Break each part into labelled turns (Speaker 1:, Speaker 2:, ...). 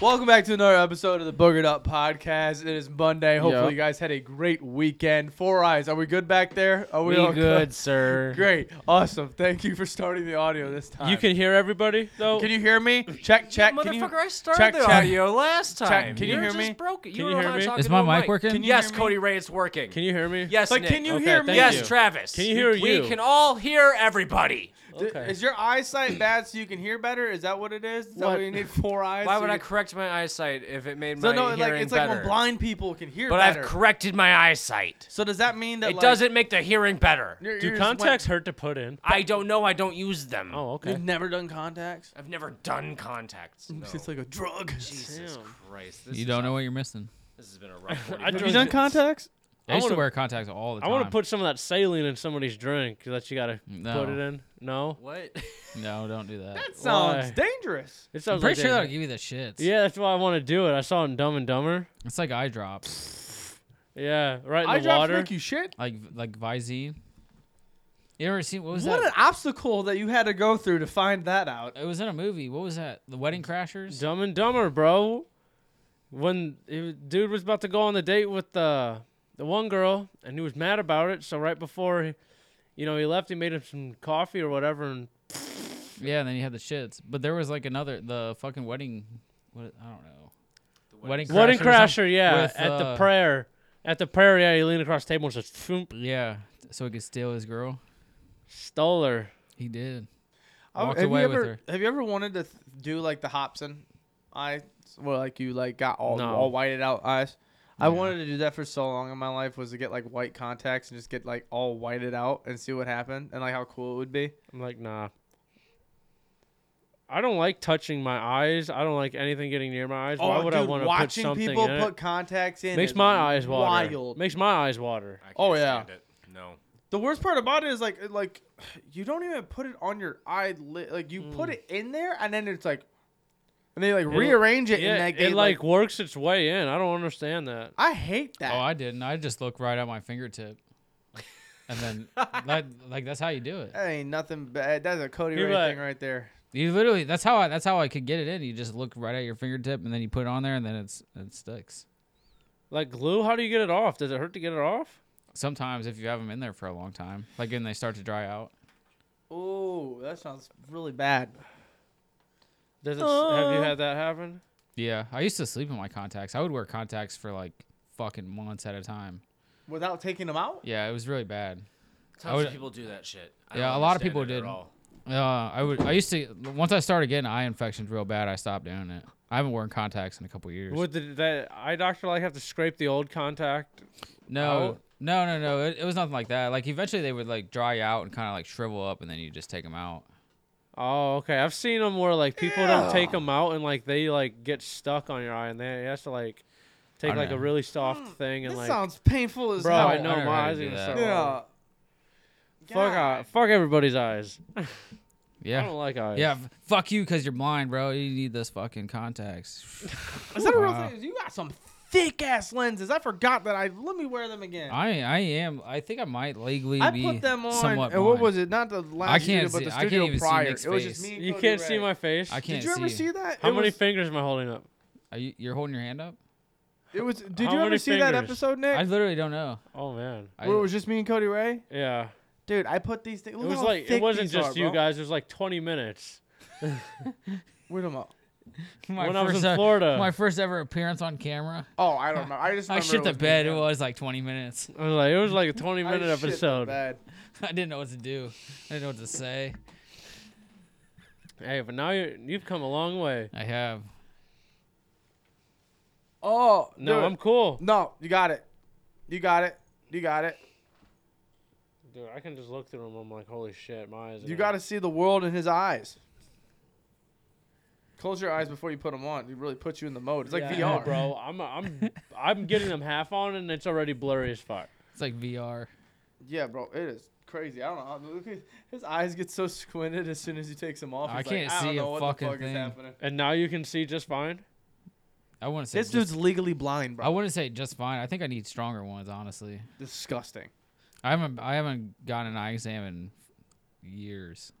Speaker 1: Welcome back to another episode of the Boogered Up Podcast. It is Monday. Hopefully,
Speaker 2: Yeah.
Speaker 1: you guys had a great weekend. Four eyes. Are we good back there? Are we,
Speaker 2: We
Speaker 1: all
Speaker 2: good, sir.
Speaker 1: Great. Awesome. Thank you for starting the audio this time.
Speaker 2: You can hear everybody though.
Speaker 1: Can you hear me? Check, check.
Speaker 3: Motherfucker,
Speaker 1: Can you,
Speaker 3: I started
Speaker 1: check,
Speaker 3: the
Speaker 1: check.
Speaker 3: audio last time.
Speaker 1: Check. Can you
Speaker 3: You're
Speaker 1: hear
Speaker 3: just
Speaker 1: me?
Speaker 3: Broke it. You
Speaker 2: Can
Speaker 3: don't
Speaker 2: you
Speaker 3: know
Speaker 2: hear
Speaker 3: how to
Speaker 2: me?
Speaker 3: talk
Speaker 4: Is
Speaker 3: into
Speaker 4: my
Speaker 3: a
Speaker 4: mic working?
Speaker 1: Can you
Speaker 3: yes,
Speaker 1: hear me?
Speaker 3: Cody Ray, it's working.
Speaker 2: Can you hear me?
Speaker 3: yes,
Speaker 1: Like,
Speaker 3: Nick.
Speaker 1: can you
Speaker 2: Okay,
Speaker 1: hear me?
Speaker 2: thank
Speaker 3: yes,
Speaker 2: you.
Speaker 3: Travis.
Speaker 2: Can you hear
Speaker 3: We
Speaker 2: you?
Speaker 3: can all hear everybody.
Speaker 1: Th-
Speaker 2: Okay.
Speaker 1: Is your eyesight bad so you can hear better? Is that what it is? Is that
Speaker 2: What?
Speaker 1: why you need four eyes?
Speaker 3: Why
Speaker 1: so
Speaker 3: would
Speaker 1: you
Speaker 3: I
Speaker 1: can-
Speaker 3: correct my eyesight if it made
Speaker 1: So
Speaker 3: my
Speaker 1: no,
Speaker 3: hearing
Speaker 1: it's like it's like
Speaker 3: better?
Speaker 1: when blind people can hear
Speaker 3: but
Speaker 1: better.
Speaker 3: I've corrected my eyesight.
Speaker 1: so does that mean that
Speaker 3: It
Speaker 1: like,
Speaker 3: doesn't make the hearing better.
Speaker 1: your
Speaker 2: Do
Speaker 1: ears
Speaker 2: contacts
Speaker 1: went-
Speaker 2: hurt to put in?
Speaker 3: I don't know. I don't use them.
Speaker 2: Oh, okay.
Speaker 1: You've never done contacts?
Speaker 3: I've never done contacts. No.
Speaker 1: It's like a drug.
Speaker 3: Jesus Christ. This
Speaker 4: You
Speaker 3: is
Speaker 4: don't
Speaker 3: a-
Speaker 4: know what you're missing.
Speaker 3: This has been a rough
Speaker 2: I
Speaker 3: 45
Speaker 1: Have
Speaker 2: drove-
Speaker 1: you
Speaker 3: minutes.
Speaker 1: done contacts?
Speaker 2: I
Speaker 4: I, used to
Speaker 2: wanna-
Speaker 4: wear contacts all
Speaker 2: I
Speaker 4: the time.
Speaker 2: want to put some of that saline in somebody's drink that you gotta
Speaker 4: No.
Speaker 2: put it in. No,
Speaker 3: What?
Speaker 4: No, don't do that.
Speaker 1: That sounds
Speaker 2: Why?
Speaker 1: dangerous.
Speaker 2: it
Speaker 4: I'm
Speaker 2: sounds
Speaker 4: pretty
Speaker 2: like
Speaker 4: sure
Speaker 2: they-
Speaker 4: that'll give you the shits.
Speaker 2: Yeah, that's why I want to do it. I saw it in Dumb and Dumber.
Speaker 4: It's like eye drops,
Speaker 2: Yeah, right in
Speaker 1: I
Speaker 2: the
Speaker 1: dropped
Speaker 2: water.
Speaker 1: Nick, you shit.
Speaker 4: like like Visine. You ever seen what was
Speaker 1: What an
Speaker 4: that?
Speaker 1: obstacle that you had to go through to find that out.
Speaker 4: it was in a movie. What was that? The Wedding Crashers.
Speaker 2: Dumb and Dumber, bro. When he was- dude was about to go on the date with the the one girl, and he was mad about it, so right before, he, you know, he left, he made him some coffee or whatever, and
Speaker 4: Yeah, and then you had the shits. But there was like another the fucking wedding. What I don't know. Wedding Crashers.
Speaker 2: Wedding
Speaker 4: or something
Speaker 2: Crasher, yeah,
Speaker 4: with,
Speaker 2: at the
Speaker 4: uh,
Speaker 2: prayer, at the prayer, yeah, he leaned across the table and just thump,
Speaker 4: Yeah, so he could steal his girl.
Speaker 2: stole her.
Speaker 4: He did.
Speaker 1: Oh,
Speaker 4: Walked
Speaker 1: have
Speaker 4: away
Speaker 1: you
Speaker 4: with
Speaker 1: ever,
Speaker 4: her.
Speaker 1: Have you ever wanted to th- do like the Hobson eyes, where like you like got all
Speaker 2: No.
Speaker 1: all whited out eyes? I
Speaker 4: Yeah.
Speaker 1: wanted to do that for so long in my life was to get like white contacts and just get like all whited out and see what happened and like how cool it would be.
Speaker 2: I'm like, nah. I don't like touching my eyes. I don't like anything getting near my eyes. Why
Speaker 1: oh,
Speaker 2: would I
Speaker 1: dude,
Speaker 2: want to put
Speaker 1: watching
Speaker 2: something
Speaker 1: people
Speaker 2: in it?
Speaker 1: put contacts in
Speaker 2: Makes
Speaker 1: is
Speaker 2: my eyes water.
Speaker 1: Wild.
Speaker 2: Makes my eyes water.
Speaker 3: I can't
Speaker 1: Oh, yeah.
Speaker 3: stand it. No.
Speaker 1: The worst part about it is like like you don't even put it on your eyelid. Like you put it in there and then it's like and they like
Speaker 2: Mm. It'll-
Speaker 1: rearrange it
Speaker 2: Yeah,
Speaker 1: and like, they,
Speaker 2: it like works its way in. I don't understand that.
Speaker 1: I hate that.
Speaker 4: Oh, I didn't. I just looked right at my fingertip, and then like, like that's how you do it.
Speaker 1: that ain't nothing bad. That's a Cody
Speaker 2: You're
Speaker 1: Ray
Speaker 2: right.
Speaker 1: thing right there.
Speaker 4: You literally that's how I that's how I could get it in. You just look right at your fingertip and then you put it on there and then it's it sticks.
Speaker 2: Like glue, how do you get it off? Does it hurt to get it off?
Speaker 4: Sometimes if you have them in there for a long time, like when they start to dry out.
Speaker 1: Oh, that sounds really bad.
Speaker 2: Does it? s have you had that happen?
Speaker 4: Yeah, I used to sleep in my contacts. I would wear contacts for like fucking months at a time.
Speaker 1: Without taking them out?
Speaker 4: Yeah, it was really bad.
Speaker 3: Tons
Speaker 4: would-
Speaker 3: of people do that shit. I
Speaker 4: Yeah,
Speaker 3: don't
Speaker 4: a lot of
Speaker 3: understand
Speaker 4: people
Speaker 3: it at
Speaker 4: did.
Speaker 3: all.
Speaker 4: Uh, I would I used to once I started getting eye infections real bad, I stopped doing it. I haven't worn contacts in a couple years.
Speaker 2: Would the, that eye doctor like have to scrape the old contact?
Speaker 4: No, no, no, no. It, it was nothing like that. Like eventually they would like dry out and kind of like shrivel up, and then you just take them out.
Speaker 2: Oh, okay. I've seen them where like people don't take them out and like they like get stuck on your eye and they has to like take
Speaker 4: don't
Speaker 2: like a
Speaker 4: know.
Speaker 2: really soft thing and
Speaker 1: Hmm. This
Speaker 2: like
Speaker 1: sounds painful as
Speaker 2: bro,
Speaker 1: hell.
Speaker 2: I
Speaker 4: I
Speaker 2: know
Speaker 4: never
Speaker 2: my
Speaker 4: had to
Speaker 2: eyes
Speaker 4: do
Speaker 2: are gonna
Speaker 4: that.
Speaker 2: start. watering.
Speaker 1: Yeah.
Speaker 2: Fuck eye, fuck everybody's eyes. I
Speaker 4: Yeah,
Speaker 2: don't like eyes.
Speaker 4: yeah. f- Fuck you, cause you're blind, bro. You need those fucking contacts.
Speaker 1: Is that a real
Speaker 4: Wow.
Speaker 1: thing? You got some thick ass lenses. I forgot that I let me wear them again.
Speaker 4: I I am. I think I might legally
Speaker 1: I
Speaker 4: be
Speaker 1: put them on,
Speaker 4: somewhat
Speaker 1: and what
Speaker 4: blind.
Speaker 1: was it? Not the last
Speaker 4: I
Speaker 1: studio,
Speaker 4: can't
Speaker 1: but
Speaker 4: see-
Speaker 1: the
Speaker 4: I can't
Speaker 1: studio
Speaker 4: even see
Speaker 1: prior.
Speaker 4: Nick's
Speaker 1: it was just
Speaker 4: face.
Speaker 1: me. and
Speaker 2: You
Speaker 1: Cody
Speaker 2: can't see
Speaker 1: Ray.
Speaker 2: my face.
Speaker 4: I can't
Speaker 1: Did you ever
Speaker 4: see.
Speaker 1: see that?
Speaker 2: How
Speaker 1: It
Speaker 2: many
Speaker 1: was-
Speaker 2: fingers am I holding up?
Speaker 4: Are you, you're holding your hand up.
Speaker 1: It was. Did
Speaker 2: How
Speaker 1: you ever
Speaker 2: many
Speaker 1: see that
Speaker 2: fingers?
Speaker 1: episode,
Speaker 4: I
Speaker 1: Nick?
Speaker 4: literally don't know.
Speaker 2: Oh man.
Speaker 4: I,
Speaker 1: where it was just me and Cody Ray.
Speaker 2: Yeah.
Speaker 1: Dude, I put these things.
Speaker 2: It was like it wasn't just you guys. It was like 20 minutes.
Speaker 1: Wait a minute.
Speaker 4: my
Speaker 2: when I was
Speaker 4: first
Speaker 2: in
Speaker 4: e-
Speaker 2: Florida.
Speaker 4: my first ever appearance on camera.
Speaker 1: Oh, I don't know. I just.
Speaker 4: I
Speaker 1: remember
Speaker 4: shit
Speaker 1: it
Speaker 4: the
Speaker 1: was me
Speaker 4: bed. It
Speaker 1: and-
Speaker 4: was like 20 minutes.
Speaker 2: I was like it was like a 20
Speaker 1: I
Speaker 2: minute
Speaker 1: shit the
Speaker 2: episode.
Speaker 1: bed.
Speaker 4: I didn't know what to do. I didn't know what to say.
Speaker 2: Hey, but now you you've come a long way.
Speaker 4: I have.
Speaker 1: Oh
Speaker 2: No,
Speaker 1: dude.
Speaker 2: I'm cool.
Speaker 1: No, you got it. You got it. You got it.
Speaker 2: Dude, I can just look through them. I'm like, holy shit, my eyes.
Speaker 1: You got to see the world in his eyes. Close your eyes before you put them on. It really puts you in the mode. It's like
Speaker 2: Yeah,
Speaker 1: VR,
Speaker 2: bro. I'm I'm I'm getting them half on and it's already blurry as fuck.
Speaker 4: It's like VR.
Speaker 1: Yeah, bro, it is crazy. I don't know. how- Look, at- his eyes get so squinted as soon as he takes them off.
Speaker 4: I
Speaker 1: He's
Speaker 4: can't
Speaker 1: like, I don't
Speaker 4: see
Speaker 1: know
Speaker 4: a
Speaker 1: what
Speaker 4: fucking
Speaker 1: the fuck is
Speaker 4: thing.
Speaker 1: happening.
Speaker 2: And now you can see just fine.
Speaker 4: I wouldn't say
Speaker 1: This
Speaker 4: just,
Speaker 1: dude's legally blind,
Speaker 4: I
Speaker 1: bro.
Speaker 4: wouldn't say just fine. I think I need stronger ones, honestly.
Speaker 1: Disgusting.
Speaker 4: I haven't I haven't gotten an eye exam in years.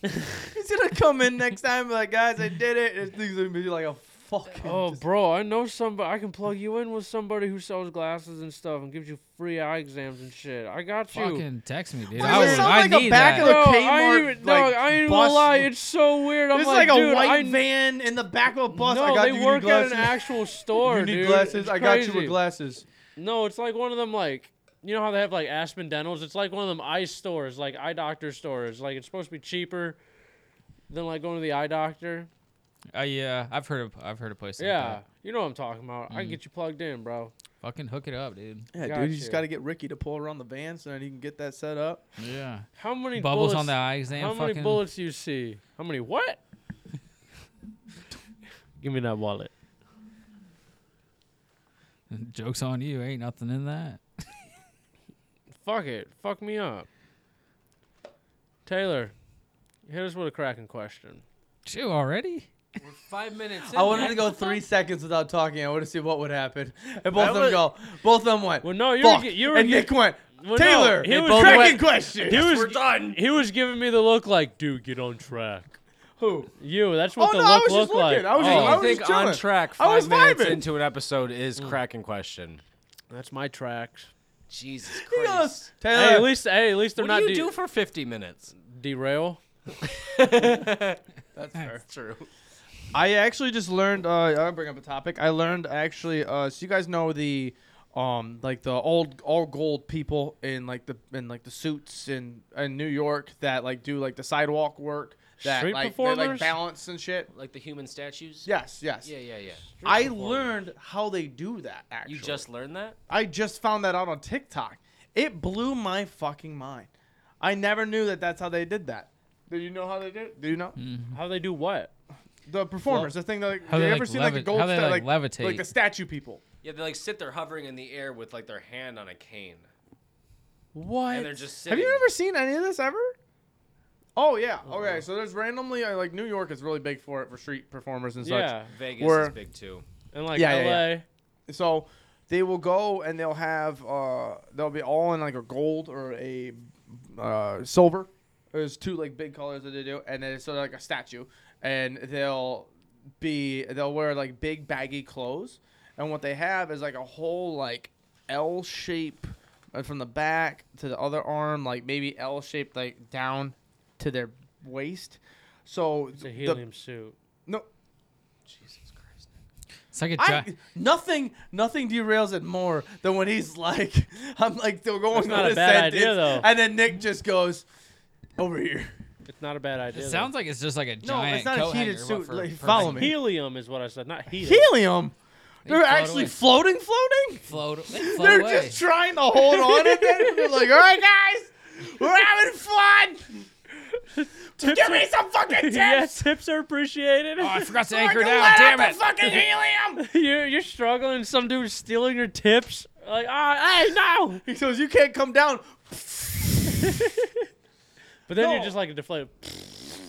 Speaker 1: He's gonna come in next time and be like, guys, I did it. And he's gonna be like a fucking.
Speaker 2: Oh,
Speaker 1: just-
Speaker 2: bro, I know somebody. I can plug you in with somebody who sells glasses and stuff and gives you free eye exams and shit. I got you.
Speaker 4: Fucking text me, dude.
Speaker 1: Why
Speaker 4: I
Speaker 1: does it
Speaker 4: would,
Speaker 1: sound
Speaker 4: I
Speaker 1: like a
Speaker 4: need
Speaker 1: back of
Speaker 4: that.
Speaker 1: the-
Speaker 2: No, I ain't
Speaker 1: Kmart,
Speaker 2: even, no,
Speaker 1: like,
Speaker 2: I ain't even
Speaker 1: bus-
Speaker 2: gonna lie. It's so weird. I'm
Speaker 1: It's
Speaker 2: like,
Speaker 1: like, a
Speaker 2: dude,
Speaker 1: white
Speaker 2: I,
Speaker 1: van in the back of a bus.
Speaker 2: No,
Speaker 1: I got
Speaker 2: they
Speaker 1: you, you need
Speaker 2: work at
Speaker 1: glasses.
Speaker 2: an actual store,
Speaker 1: you need
Speaker 2: dude.
Speaker 1: glasses.
Speaker 2: It's
Speaker 1: I got you
Speaker 2: crazy.
Speaker 1: with glasses.
Speaker 2: No, it's like one of them like you know how they have like Aspen Dentals. It's like one of them eye stores, like eye doctor stores. Like it's supposed to be cheaper than like going to the eye doctor.
Speaker 4: Uh, yeah, I've heard of I've heard of places. like
Speaker 2: yeah,
Speaker 4: that.
Speaker 2: you know what I'm talking about. I can get you plugged in, bro.
Speaker 4: fucking hook it up, dude.
Speaker 1: Yeah, dude, you just
Speaker 2: Gotcha.
Speaker 1: gotta get Ricky to pull around the van so that he can get that set up.
Speaker 4: Yeah,
Speaker 2: How many
Speaker 4: bubbles
Speaker 2: bullets,
Speaker 4: on the eye exam.
Speaker 2: How
Speaker 4: fucking
Speaker 2: many bullets do you see? How many what? Give me that wallet.
Speaker 4: jokes on you. Ain't nothing in that.
Speaker 2: Fuck it. Fuck me up. Taylor, hit us with a cracking question.
Speaker 4: Shoot already.
Speaker 3: We're five minutes.
Speaker 1: I wanted to go three seconds without talking. I wanted to see what would happen. And both
Speaker 2: That
Speaker 1: of them
Speaker 2: was-
Speaker 1: go. Both of them went.
Speaker 2: Well, no, you
Speaker 1: Fuck.
Speaker 2: were, you were
Speaker 1: and Nick went.
Speaker 2: Well, no,
Speaker 1: Taylor.
Speaker 2: he
Speaker 1: They
Speaker 2: was
Speaker 1: both
Speaker 2: correct.
Speaker 1: went, question.
Speaker 2: He was
Speaker 3: We're done.
Speaker 2: He was giving me the look like, dude, get on track.
Speaker 1: Who?
Speaker 2: You, that's
Speaker 1: Oh,
Speaker 2: what the
Speaker 1: no, I
Speaker 2: look
Speaker 1: was just
Speaker 2: looked like.
Speaker 1: looking. I was
Speaker 2: oh,
Speaker 1: just-
Speaker 3: I
Speaker 1: was
Speaker 3: think on
Speaker 1: chilling.
Speaker 3: track.
Speaker 1: I was
Speaker 3: Five minutes
Speaker 1: vibing.
Speaker 3: into an episode is cracking question.
Speaker 2: that's my tracks.
Speaker 3: Jesus
Speaker 1: He goes.
Speaker 3: Christ.
Speaker 2: Hey, at
Speaker 1: Taylor.
Speaker 2: least, hey, at least they're
Speaker 3: What
Speaker 2: not
Speaker 3: do you
Speaker 2: de-
Speaker 3: do for 50 minutes?
Speaker 2: derail.
Speaker 3: That's fair. True.
Speaker 1: I actually just learned. Uh, I'll bring up a topic. I learned actually. Uh, so you guys know the, um, like the old all gold people in like the in like the suits in in New York that like do like the sidewalk work that
Speaker 2: Street
Speaker 1: like they like
Speaker 2: performers?
Speaker 1: balance and shit.
Speaker 3: Like the human statues?
Speaker 1: Yes, yes.
Speaker 3: Yeah, yeah, yeah.
Speaker 1: I learned how they do that. Actually,
Speaker 3: You just learned that?
Speaker 1: I just found that out on TikTok. It blew my fucking mind. I never knew that that's how they did that. Do you know how they did? it? Do you know
Speaker 2: How they do what?
Speaker 1: the performers? the thing that like,
Speaker 4: Mm. how
Speaker 1: you
Speaker 4: they,
Speaker 1: ever
Speaker 4: like,
Speaker 1: seen like a
Speaker 4: levi-
Speaker 1: gold
Speaker 4: how they,
Speaker 1: sta-
Speaker 4: like, levitate.
Speaker 1: like the statue people.
Speaker 3: Yeah, they like sit there hovering in the air with like their hand on a cane.
Speaker 2: What?
Speaker 3: And they're just
Speaker 1: Have
Speaker 3: sitting.
Speaker 1: you ever seen any of this ever? Oh yeah. Okay, so there's randomly uh, like New York is really big for it for street performers and such.
Speaker 2: yeah,
Speaker 3: Vegas
Speaker 1: Were-
Speaker 3: is big too.
Speaker 2: and like
Speaker 1: Yeah,
Speaker 2: LA.
Speaker 1: yeah, So they will go and they'll have uh they'll be all in like a gold or a uh silver. There's two like big colors that they do, and then it's sort of like a statue, and they'll be they'll wear like big baggy clothes, and what they have is like a whole like L shape uh, from the back to the other arm, like maybe L shaped like down to their waist. So
Speaker 2: It's a
Speaker 1: the-
Speaker 2: helium suit.
Speaker 1: no,
Speaker 3: Jesus Christ.
Speaker 4: It's like a
Speaker 1: I,
Speaker 4: gi-
Speaker 1: nothing nothing derails it more than when he's like I'm like still going
Speaker 2: That's
Speaker 1: on
Speaker 2: not
Speaker 1: a,
Speaker 2: a bad
Speaker 1: sentence,
Speaker 2: idea, though.
Speaker 1: and then Nick just goes over here.
Speaker 2: It's not a bad idea.
Speaker 4: It
Speaker 2: though.
Speaker 4: sounds like it's just like a giant.
Speaker 1: not a
Speaker 4: coat
Speaker 1: heated
Speaker 4: hanger, but
Speaker 1: suit,
Speaker 4: for
Speaker 1: like,
Speaker 4: perfect
Speaker 1: follow me.
Speaker 2: helium is what I said, not helium.
Speaker 1: Helium.
Speaker 4: They
Speaker 1: They're
Speaker 4: float
Speaker 1: actually
Speaker 4: away.
Speaker 1: floating, floating.
Speaker 4: Float, they float
Speaker 1: They're
Speaker 4: away.
Speaker 1: just trying to hold on, and then they're like, "All right, guys, we're having fun.
Speaker 2: Tips
Speaker 1: Give
Speaker 2: are-
Speaker 1: me some fucking tips.
Speaker 2: yeah, tips are appreciated.
Speaker 4: oh, I forgot to
Speaker 1: so I
Speaker 4: anchor
Speaker 1: can
Speaker 4: down.
Speaker 1: let
Speaker 4: Damn
Speaker 1: out
Speaker 4: it!
Speaker 1: the fucking helium."
Speaker 2: you're you're struggling. Some dude's stealing your tips. Like, ah, hey, no.
Speaker 1: He goes, "You can't come down."
Speaker 2: But then
Speaker 1: No.
Speaker 2: you're just like a deflated.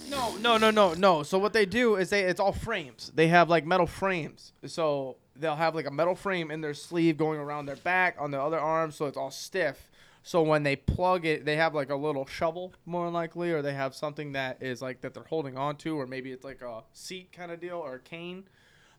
Speaker 1: No, no, no, no, no. So what they do is they it's all frames. They have like metal frames. So they'll have like a metal frame in their sleeve going around their back on their other arm, so it's all stiff. So when they plug it, they have like a little shovel, more than likely, or they have something that is like that they're holding onto, or maybe it's like a seat kind of deal or a cane.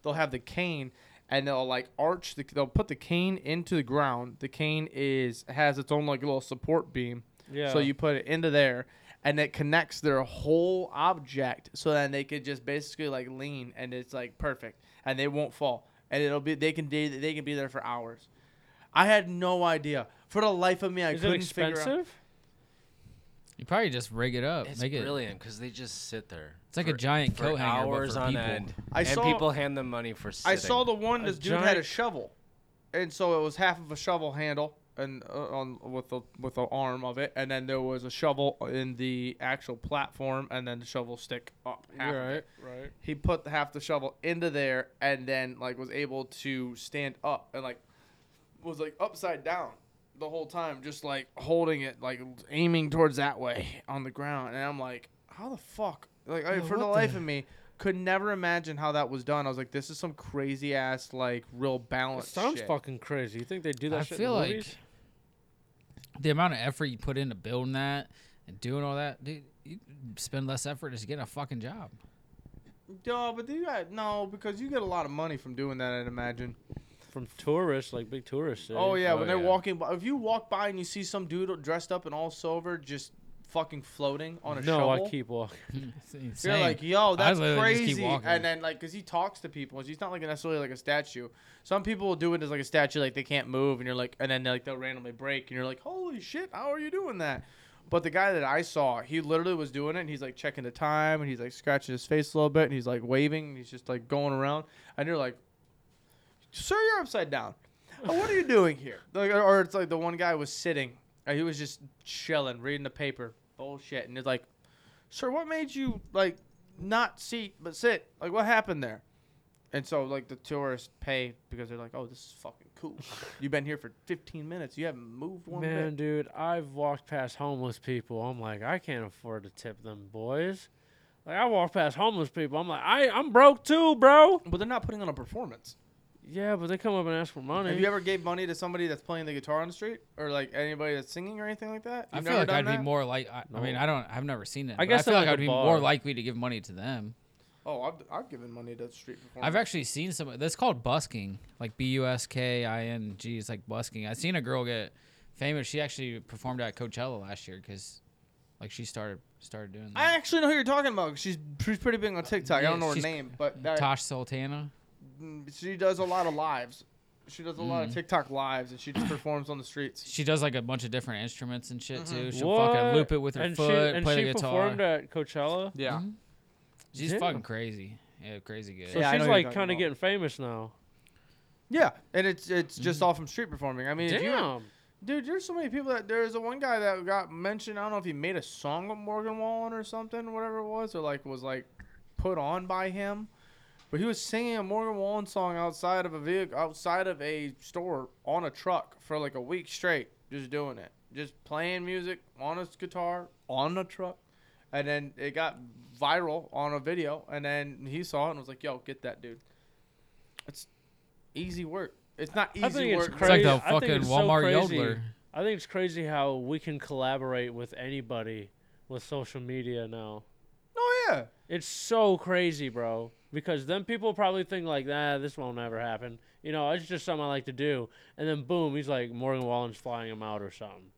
Speaker 1: They'll have the cane and they'll like arch the they'll put the cane into the ground. The cane is has its own like little support beam.
Speaker 2: Yeah.
Speaker 1: So you put it into there, and it connects their whole object, so then they could just basically like lean, and it's like perfect, and they won't fall, and it'll be they can they, they can be there for hours. I had no idea. For the life of me, I
Speaker 2: Is it
Speaker 1: couldn't figure out.
Speaker 2: expensive?
Speaker 4: You probably just rig it up.
Speaker 3: It's
Speaker 4: make it.
Speaker 3: brilliant because they just sit there.
Speaker 4: It's like a giant
Speaker 3: for
Speaker 4: coat hanger, but
Speaker 3: hours
Speaker 4: for
Speaker 3: on
Speaker 4: people.
Speaker 3: end.
Speaker 1: I
Speaker 3: and
Speaker 1: saw-
Speaker 3: people hand them money for sitting.
Speaker 1: I saw the one.
Speaker 2: A
Speaker 1: This dude had a
Speaker 2: giant-
Speaker 1: shovel, and so it was half of a shovel handle, and uh, on with the with the arm of it, and then there was a shovel in the actual platform, and then the shovel stick up. Half of it.
Speaker 2: Right, right.
Speaker 1: he put half the shovel into there and then like was able to stand up and like was like upside down the whole time just like holding it like aiming towards that way on the ground and i'm like how the fuck like I,
Speaker 4: Yeah,
Speaker 1: for the
Speaker 4: what
Speaker 1: life
Speaker 4: the-
Speaker 1: of me could never imagine how that was done i was like this is some crazy ass like real balance
Speaker 2: sounds
Speaker 1: shit.
Speaker 2: fucking crazy. You think they do that
Speaker 4: I
Speaker 2: shit
Speaker 4: feel
Speaker 2: in
Speaker 4: like
Speaker 2: movies?
Speaker 4: the amount of effort you put into building that and doing all that, dude. you spend less effort just get a fucking job.
Speaker 1: No, but you got no because you get a lot of money from doing that. I'd imagine.
Speaker 2: from tourists, like big tourists.
Speaker 1: Oh yeah,
Speaker 3: Oh,
Speaker 1: when they're
Speaker 3: yeah.
Speaker 1: walking by, if you walk by and you see some dude dressed up in all silver, just fucking floating on a
Speaker 2: no,
Speaker 1: shovel.
Speaker 2: I keep walking.
Speaker 4: It's
Speaker 1: You're
Speaker 4: insane.
Speaker 1: like, yo, that's
Speaker 4: literally just keep
Speaker 1: crazy.
Speaker 4: walking.
Speaker 1: And then, like, because he talks to people. He's not, like, necessarily like a statue. Some people will do it as, like, a statue, like, they can't move. And you're like, and then, like, they'll randomly break. And you're like, holy shit, how are you doing that? But the guy that I saw, he literally was doing it. And he's, like, checking the time. And he's, like, scratching his face a little bit. And he's, like, waving. And he's just, like, going around. And you're like, sir, you're upside down. Uh, what are you doing here? Like, or- or it's like the one guy was sitting. And he was just chilling, reading the paper. Bullshit. And it's like, sir, what made you like not seat but sit? Like, what happened there? And so, like, the tourists pay because they're like, oh, this is fucking cool. You've been here for 15 minutes. You haven't moved one
Speaker 2: Man,
Speaker 1: bit.
Speaker 2: dude, I've walked past homeless people. I'm like, I can't afford to tip them boys. Like I walk past homeless people. I'm like, I I'm broke too, bro.
Speaker 1: But they're not putting on a performance.
Speaker 2: Yeah, but they come up and ask for money.
Speaker 1: Have you ever gave money to somebody that's playing the guitar on the street or like anybody that's singing or anything like that?
Speaker 4: I
Speaker 1: You've
Speaker 4: feel
Speaker 1: never
Speaker 4: like
Speaker 1: done
Speaker 4: I'd
Speaker 1: that?
Speaker 4: be more like. I, I mean,
Speaker 2: No.
Speaker 4: I don't. I've never seen it. but I
Speaker 2: guess
Speaker 4: feel
Speaker 2: at,
Speaker 4: like
Speaker 2: like, a
Speaker 4: I'd be
Speaker 2: bar.
Speaker 4: more likely to give money to them.
Speaker 1: Oh, I've, I've given money to street performers.
Speaker 4: I've actually seen some. That's called busking, like B U S K I N G. It's like busking. I've seen a girl get famous. She actually performed at Coachella last year because, like, she started started doing
Speaker 1: I
Speaker 4: that.
Speaker 1: actually know who you're talking about. She's she's pretty big on TikTok. I
Speaker 4: yeah,
Speaker 1: don't know her
Speaker 4: she's-
Speaker 1: name, but that,
Speaker 4: Tosh Sultana.
Speaker 1: mm, she does a lot of lives. She does a lot of TikTok lives, and she just performs on the streets.
Speaker 4: She does like a bunch of different instruments and
Speaker 1: Mm-hmm.
Speaker 4: shit too. She'll
Speaker 2: What?
Speaker 4: fucking loop it with her
Speaker 2: and
Speaker 4: foot,
Speaker 2: She, and
Speaker 4: play
Speaker 2: she
Speaker 4: the guitar.
Speaker 2: performed at Coachella.
Speaker 1: Yeah.
Speaker 4: Mhm. She's
Speaker 2: Yeah.
Speaker 4: fucking crazy. Yeah, crazy good.
Speaker 2: So
Speaker 1: Yeah, I know who
Speaker 2: she's
Speaker 1: you're
Speaker 2: like
Speaker 1: talking
Speaker 2: kind of
Speaker 1: about.
Speaker 2: getting famous now.
Speaker 1: Yeah, and it's it's just all from street performing. I mean, if you-
Speaker 2: Damn.
Speaker 1: dude, there's so many people that there's a one guy that got mentioned. I don't know if he made a song with Morgan Wallen or something, whatever it was, or like was like put on by him. But he was singing a Morgan Wallen song outside of a vehicle, outside of a store on a truck for like a week straight, just doing it, just playing music on his guitar on a truck, and then it got viral on a video, and then he saw it and was like, "Yo, get that dude." It's easy work. It's not easy
Speaker 2: I think it's
Speaker 1: work.
Speaker 4: It's like
Speaker 2: crazy.
Speaker 4: the
Speaker 2: I think
Speaker 4: fucking
Speaker 2: it's so
Speaker 4: Walmart
Speaker 2: crazy.
Speaker 4: yodeler.
Speaker 2: I think it's crazy how we can collaborate with anybody with social media now.
Speaker 1: Oh yeah.
Speaker 2: It's so crazy, bro. Because then people probably think like, nah, this won't ever happen. You know, it's just something I like to do. And then boom, he's like Morgan Wallen's flying him out or something.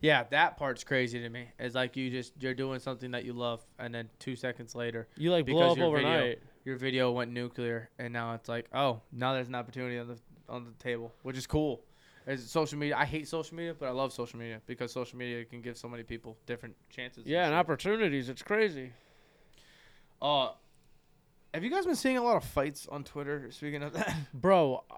Speaker 1: Yeah, that part's crazy to me. It's like you just you're doing something that you love, and then two seconds later,
Speaker 2: You like blow
Speaker 1: Because
Speaker 2: up
Speaker 1: your
Speaker 2: overnight.
Speaker 1: your video went nuclear, and now it's like, oh, now there's an opportunity on the on the table, which is cool. It's social media. I hate social media, but I love social media because social media can give so many people different chances.
Speaker 2: Yeah, and
Speaker 1: shit.
Speaker 2: opportunities. It's crazy.
Speaker 1: Uh, have you guys been seeing a lot of fights on Twitter? Speaking of that,
Speaker 2: Bro, uh,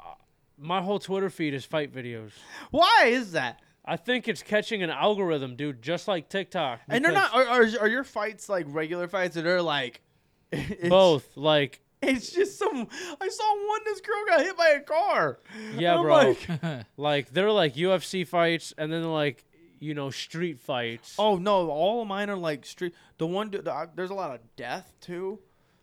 Speaker 2: my whole Twitter feed is fight videos.
Speaker 1: why is that?
Speaker 2: I think it's catching an algorithm, dude, just like TikTok.
Speaker 1: And they're
Speaker 2: because
Speaker 1: not. Are, are, are your fights like regular fights, or they're like it's-
Speaker 2: both. Like,
Speaker 1: It's just some. I saw one. This girl got hit by a car.
Speaker 2: yeah,
Speaker 1: I'm
Speaker 2: bro.
Speaker 1: like-
Speaker 2: like they're like UFC fights, and then like you know street fights.
Speaker 1: oh no! All of mine are like street. The one. The, I- there's a lot of death too.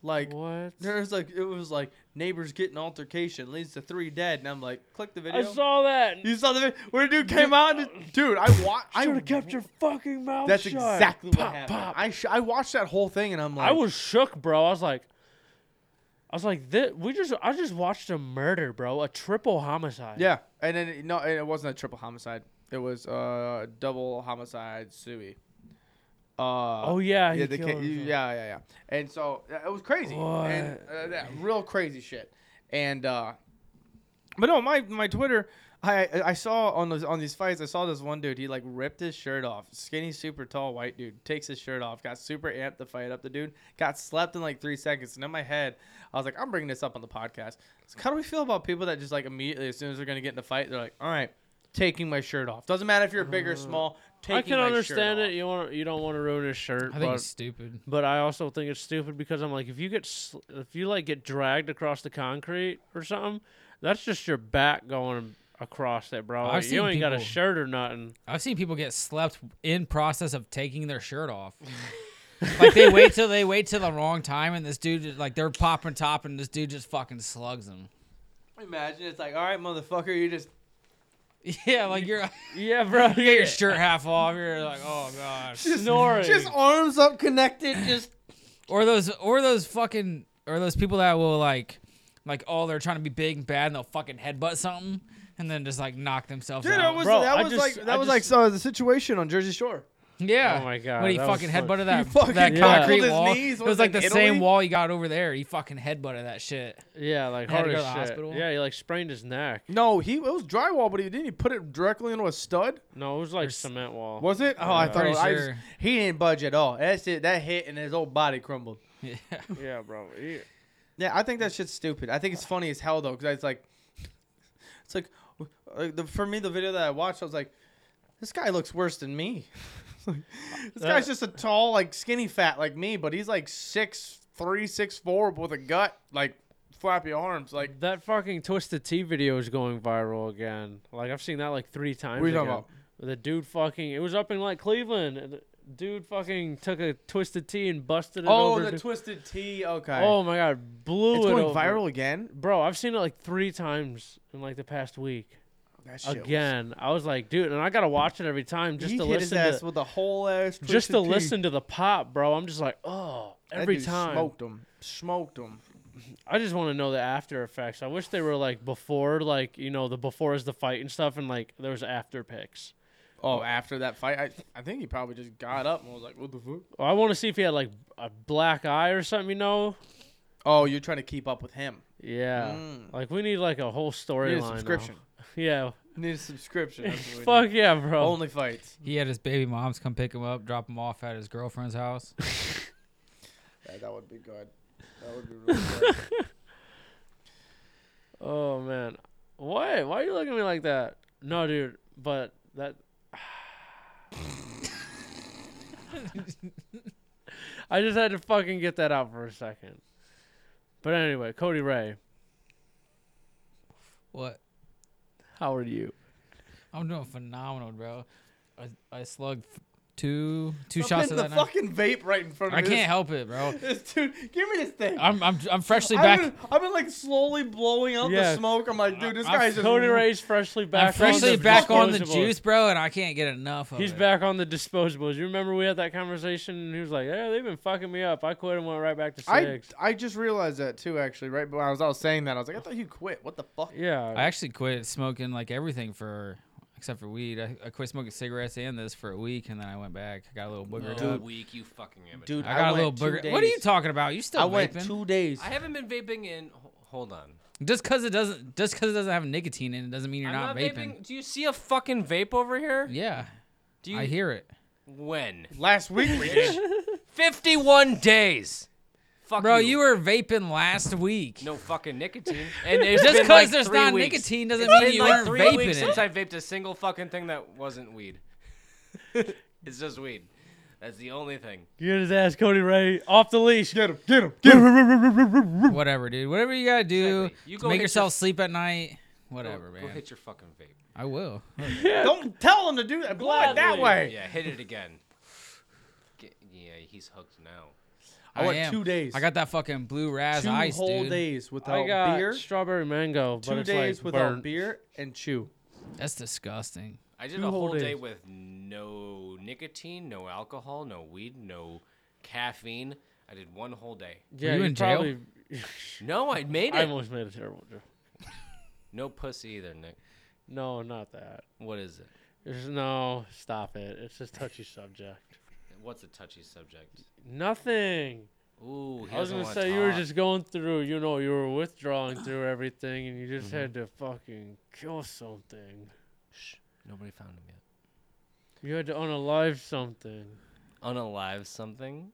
Speaker 1: Like
Speaker 2: what?
Speaker 1: there's like it was like neighbors getting altercation leads to three dead, and I'm like, click the video.
Speaker 2: I saw that.
Speaker 1: you saw the video where the dude came out. And, dude, I watched. I
Speaker 2: Should have kept your fucking mouth
Speaker 1: That's
Speaker 2: shut.
Speaker 1: exactly what
Speaker 2: Pop,
Speaker 1: happened.
Speaker 2: pop.
Speaker 1: I sh- I watched that whole thing, and I'm like,
Speaker 2: I was shook, bro. I was like, I was like, this, we just, I just watched a murder, bro, a triple homicide.
Speaker 1: Yeah, and then it- no, and it wasn't a triple homicide. It was uh double homicide sui. Uh,
Speaker 2: Oh, yeah, he
Speaker 1: yeah, the
Speaker 2: killed
Speaker 1: kid- you-
Speaker 2: himself.
Speaker 1: yeah, yeah, yeah. And so uh, it was crazy, and uh, yeah, real crazy shit. And uh, but no, my my Twitter, I I saw on those on these fights, I saw this one dude. He like ripped his shirt off. Skinny, super tall white dude takes his shirt off. Got super amped to fight up the dude. Got slept in like three seconds. And in my head, I was like, I'm bringing this up on the podcast. So how do we feel about people that just like immediately as soon as they're gonna get in the fight, they're like, all right, taking my shirt off. Doesn't matter if you're big or small. Taking
Speaker 2: Uh, I can
Speaker 1: my shirt
Speaker 2: understand
Speaker 1: off.
Speaker 2: it. You want, you don't want to ruin his shirt,
Speaker 4: I think
Speaker 2: but
Speaker 4: it's stupid.
Speaker 2: but I also think it's stupid because I'm like, if you get, sl- if you like get dragged across the concrete or something, that's just your back going across it, bro.
Speaker 4: I've
Speaker 2: Like, you
Speaker 4: seen
Speaker 2: ain't got a
Speaker 4: people-
Speaker 2: shirt or nothing.
Speaker 4: I've seen people get slept in process of taking their shirt off. like they wait till they wait till the wrong time, and this dude like they're popping top, and this dude just fucking slugs them.
Speaker 1: Imagine it's like, all right, motherfucker, you just
Speaker 4: Yeah, like you're,
Speaker 2: Yeah, bro.
Speaker 4: you got your shirt half off. You're like, oh gosh.
Speaker 2: snoring.
Speaker 1: Just arms up connected, just
Speaker 4: Or those, or those fucking, or those people that will like, like, oh, they're trying to be big and bad, and they'll fucking headbutt something, and then just like knock themselves
Speaker 1: Dude, that
Speaker 4: out.
Speaker 1: was
Speaker 2: Bro,
Speaker 1: that
Speaker 2: I
Speaker 1: was
Speaker 2: just-
Speaker 1: like that
Speaker 2: I
Speaker 1: was
Speaker 2: just-
Speaker 1: like so the situation on Jersey Shore.
Speaker 4: yeah.
Speaker 2: Oh my God,
Speaker 4: When he
Speaker 2: that was
Speaker 4: fucking
Speaker 2: fun.
Speaker 4: headbutted that,
Speaker 1: He fucking
Speaker 4: that
Speaker 2: Yeah.
Speaker 4: concrete
Speaker 1: tackled his
Speaker 4: wall.
Speaker 1: knees,
Speaker 4: it
Speaker 1: was
Speaker 4: was
Speaker 1: it
Speaker 4: like the
Speaker 1: in
Speaker 4: same
Speaker 1: Italy?
Speaker 4: wall he got over there. He fucking headbutted that shit.
Speaker 2: yeah, like
Speaker 4: Had to
Speaker 2: hard
Speaker 4: go
Speaker 2: as
Speaker 4: to the
Speaker 2: shit.
Speaker 4: hospital?
Speaker 2: Yeah, he like sprained his neck.
Speaker 1: No, he it was drywall, but he didn't he put it directly into a stud?
Speaker 2: No, it was like cement wall.
Speaker 1: Was it? Oh, I
Speaker 2: Yeah.
Speaker 1: thought it was, I just-
Speaker 4: Pretty sure.
Speaker 1: he didn't budge at all. That's it. That hit and his whole body crumbled.
Speaker 4: Yeah.
Speaker 2: Yeah, bro. He-
Speaker 1: Yeah, I think that shit's stupid. I think it's funny as hell though, because it's like, it's like, like the, for me the video that I watched, I was like, this guy looks worse than me. It's like, this
Speaker 2: That-
Speaker 1: guy's just a tall, like skinny fat like me, but he's like six three, six four with a gut, like flappy arms. Like,
Speaker 2: That fucking twisted T video is going viral again. Like I've seen that like three times.
Speaker 1: What are you talking
Speaker 2: again. The dude fucking. It was up in like Cleveland. and the Dude fucking took a twisted T and busted it
Speaker 1: oh,
Speaker 2: over.
Speaker 1: the
Speaker 2: to-
Speaker 1: twisted T. Okay.
Speaker 2: oh my god, blew
Speaker 1: it's
Speaker 2: it
Speaker 1: going
Speaker 2: over.
Speaker 1: viral again.
Speaker 2: bro. I've seen it like three times in like the past week.
Speaker 1: That shit was-
Speaker 2: Again, I was like, dude, and I gotta watch it every time just
Speaker 1: he
Speaker 2: to
Speaker 1: hit his
Speaker 2: listen
Speaker 1: ass
Speaker 2: to
Speaker 1: with a whole ass.
Speaker 2: just to
Speaker 1: twisted T.
Speaker 2: listen to the pop, bro. I'm just like, oh,
Speaker 1: That
Speaker 2: every
Speaker 1: dude
Speaker 2: time.
Speaker 1: Smoked him. Smoked him.
Speaker 2: I just want to know the after effects. I wish they were like before, like you know, the before is the fight and stuff, and like there was after pics.
Speaker 1: Oh, after that fight, I, I think he probably just got up and was like, "What the fuck."
Speaker 2: Well, I want to see if he had like a black eye or something, you know?
Speaker 1: Oh, you're trying to keep up with him.
Speaker 2: Yeah.
Speaker 1: Mm.
Speaker 2: Like we need like a whole
Speaker 1: Need
Speaker 2: storyline.
Speaker 1: a
Speaker 2: now.
Speaker 1: subscription.
Speaker 2: Yeah.
Speaker 1: Need a subscription. That's what we
Speaker 2: Fuck
Speaker 1: need.
Speaker 2: yeah, bro.
Speaker 1: Only fights.
Speaker 4: He had his baby moms come pick him up, drop him off at his girlfriend's house.
Speaker 1: Yeah, that would be good. That would be really good.
Speaker 2: Oh man. Why? Why are you looking at me like that? No, dude. But that. I just had to fucking get that out for a second. But anyway, Cody Ray,
Speaker 4: what?
Speaker 2: how are you?
Speaker 4: I'm doing phenomenal, bro. I, I slugged th- two two
Speaker 1: Up in
Speaker 4: shots of
Speaker 1: the
Speaker 4: that. night.
Speaker 1: fucking vape right in front of
Speaker 4: I
Speaker 1: me.
Speaker 4: can't help it, bro.
Speaker 1: This, this dude, give me this thing.
Speaker 4: I'm I'm I'm freshly
Speaker 1: I've
Speaker 4: back.
Speaker 1: been, I've been like slowly blowing out
Speaker 2: Yeah.
Speaker 1: the smoke. I'm like, dude, this
Speaker 4: I'm
Speaker 1: guy's just
Speaker 2: Cody Ray's freshly back.
Speaker 4: I'm freshly
Speaker 2: on the
Speaker 4: back on the
Speaker 2: disposables.
Speaker 4: juice, bro, and I can't get enough of
Speaker 2: He's
Speaker 4: it.
Speaker 2: back on the disposables. You remember we had that conversation, and he was like, "Yeah, they've been fucking me up. I quit and went right back to
Speaker 1: I,
Speaker 2: six.
Speaker 1: I just realized that too, actually. Right when I was, I was saying that, I was like, I thought you quit. What the fuck?
Speaker 2: yeah,
Speaker 4: I actually quit smoking like everything for except for weed. I, I quit smoking cigarettes and this for a week, and then I went back. I got a little booger.
Speaker 3: Dude,
Speaker 1: Dude.
Speaker 3: week, you fucking amateur.
Speaker 1: Dude,
Speaker 4: I got a
Speaker 1: went
Speaker 4: little
Speaker 1: two
Speaker 4: booger. What are you
Speaker 1: days.
Speaker 4: talking about? You still
Speaker 1: I went
Speaker 4: vaping?
Speaker 1: two days.
Speaker 3: I haven't been vaping in. ho- Hold on.
Speaker 4: Just because it doesn't, just because it doesn't have nicotine in it, doesn't mean you're
Speaker 3: I'm
Speaker 4: not, vaping.
Speaker 3: Do you see a fucking vape over here?
Speaker 4: Yeah,
Speaker 3: Do you,
Speaker 4: I hear it,
Speaker 3: When?
Speaker 1: Last week we did.
Speaker 3: 51 days. Fuck
Speaker 4: bro. You were vaping last week.
Speaker 3: No fucking nicotine. And it's
Speaker 4: Just
Speaker 3: been
Speaker 4: because
Speaker 3: like
Speaker 4: there's
Speaker 3: three
Speaker 4: not
Speaker 3: weeks.
Speaker 4: nicotine doesn't
Speaker 3: It's
Speaker 4: mean
Speaker 3: been
Speaker 4: you
Speaker 3: like
Speaker 4: weren't
Speaker 3: three
Speaker 4: vaping
Speaker 3: weeks
Speaker 4: it.
Speaker 3: since I vaped a single fucking thing that wasn't weed. it's just weed. That's the only thing.
Speaker 2: get his ass, Cody Ray, off the leash.
Speaker 1: Get him, get him, get him.
Speaker 4: Whatever, dude. Whatever you gotta do
Speaker 3: Exactly. You
Speaker 4: to
Speaker 3: go
Speaker 4: make
Speaker 3: hit
Speaker 4: yourself
Speaker 3: your-
Speaker 4: sleep at night.
Speaker 3: Go-
Speaker 4: Whatever,
Speaker 3: Go
Speaker 4: man.
Speaker 3: hit your fucking vape.
Speaker 4: I will.
Speaker 1: Don't tell him to do that. Blow it that
Speaker 3: Yeah,
Speaker 1: way.
Speaker 3: Yeah, hit it again. Get, yeah, he's hooked now.
Speaker 1: I went two days.
Speaker 4: I got that fucking blue raz
Speaker 1: Two
Speaker 4: ice,
Speaker 1: whole
Speaker 4: dude.
Speaker 1: days without
Speaker 2: I got
Speaker 1: beer.
Speaker 2: strawberry mango, but
Speaker 1: Two
Speaker 2: it's
Speaker 1: days
Speaker 2: like
Speaker 1: without
Speaker 2: burnt.
Speaker 1: beer and chew.
Speaker 4: That's disgusting.
Speaker 3: I did
Speaker 1: Two
Speaker 3: a
Speaker 1: whole
Speaker 3: whole day
Speaker 1: days.
Speaker 3: with no nicotine, no alcohol, no weed, no caffeine. I did one whole day.
Speaker 2: Yeah,
Speaker 4: you
Speaker 2: you
Speaker 4: in jail?
Speaker 2: probably.
Speaker 3: No, I made
Speaker 2: I
Speaker 3: it.
Speaker 2: almost made a terrible joke.
Speaker 3: No pussy either, Nick.
Speaker 2: No, not that.
Speaker 3: What is it?
Speaker 2: There's no stop it. It's just touchy subject.
Speaker 3: What's a touchy subject?
Speaker 2: Nothing.
Speaker 3: Ooh, he
Speaker 2: I was
Speaker 3: doesn't
Speaker 2: gonna
Speaker 3: wanna
Speaker 2: say you were
Speaker 3: talk.
Speaker 2: just going through, you know, you were withdrawing through everything, and you just
Speaker 3: Mm-hmm.
Speaker 2: had to fucking kill something.
Speaker 3: Shh, nobody found him yet.
Speaker 2: You had to unalive something.
Speaker 3: Unalive something.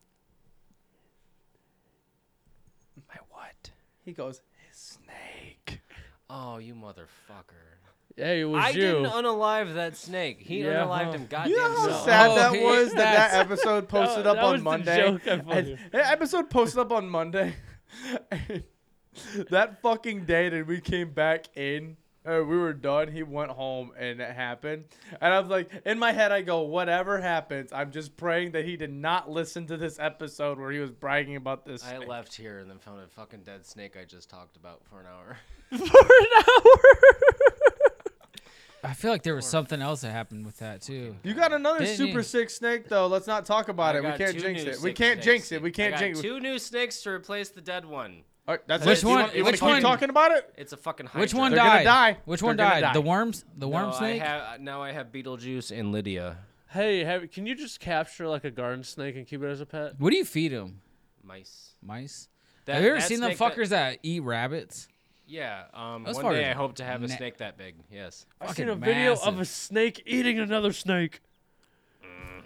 Speaker 3: My what?
Speaker 1: He goes, snake.
Speaker 3: Oh, you motherfucker!
Speaker 2: Hey, it was
Speaker 3: I
Speaker 2: you.
Speaker 3: didn't unalive that self. He
Speaker 2: Yeah,
Speaker 3: unalived
Speaker 2: huh.
Speaker 3: him.
Speaker 1: You
Speaker 3: Goddamn
Speaker 1: know how
Speaker 3: self.
Speaker 1: sad
Speaker 4: Oh,
Speaker 1: that
Speaker 4: he-
Speaker 1: was that
Speaker 4: that's-
Speaker 1: that episode posted
Speaker 2: that
Speaker 1: up on
Speaker 2: was the
Speaker 1: Monday.
Speaker 2: joke I fucking-
Speaker 1: And- that episode posted up on Monday. that fucking day that we came back in, uh, we were done. He went home, and it happened. And I was like, in my head, I go, whatever happens, I'm just praying that he did not listen to this episode where he was bragging about this.
Speaker 3: I
Speaker 1: snake."
Speaker 3: left here and then found a fucking dead snake I just talked about for an hour.
Speaker 2: for an hour.
Speaker 4: I feel like there was something else that happened with that too.
Speaker 1: You got another
Speaker 4: Didn't
Speaker 1: Super
Speaker 4: you?
Speaker 1: Six snake though. Let's not talk about
Speaker 3: I
Speaker 1: it. We
Speaker 3: got
Speaker 1: can't
Speaker 3: two
Speaker 1: jinx
Speaker 3: new
Speaker 1: it. We
Speaker 3: sick
Speaker 1: can't
Speaker 3: snakes.
Speaker 1: jinx it. We
Speaker 3: I
Speaker 1: can't
Speaker 3: got
Speaker 1: jinx it.
Speaker 3: two new snakes to replace the dead one.
Speaker 1: All right, that's
Speaker 4: Which
Speaker 1: it. You
Speaker 4: one-
Speaker 1: want- You want
Speaker 4: which
Speaker 1: to keep
Speaker 4: one-
Speaker 1: talking about it?
Speaker 3: It's a fucking hydra.
Speaker 4: Which one
Speaker 1: They're gonna
Speaker 4: died?
Speaker 1: die.
Speaker 4: Which
Speaker 1: They're
Speaker 4: one
Speaker 1: gonna
Speaker 4: died?
Speaker 1: die.
Speaker 4: The worms? The
Speaker 3: No,
Speaker 4: worm
Speaker 3: I
Speaker 4: snake?
Speaker 3: have- now I have Beetlejuice and Lydia.
Speaker 2: Hey, have, can you just capture like a garden snake and keep it as a pet?
Speaker 4: What do you feed them?
Speaker 3: Mice.
Speaker 4: Mice?
Speaker 3: That-
Speaker 4: have you ever
Speaker 3: that
Speaker 4: seen them
Speaker 3: snake that-
Speaker 4: fuckers that eat rabbits?
Speaker 3: Yeah. Um,
Speaker 4: Those
Speaker 3: one day
Speaker 4: fuckers
Speaker 3: I hope to have a
Speaker 4: na-
Speaker 3: snake that big. Yes.
Speaker 2: I seen a
Speaker 4: Fucking
Speaker 2: video of a
Speaker 4: massive.
Speaker 2: snake eating another snake.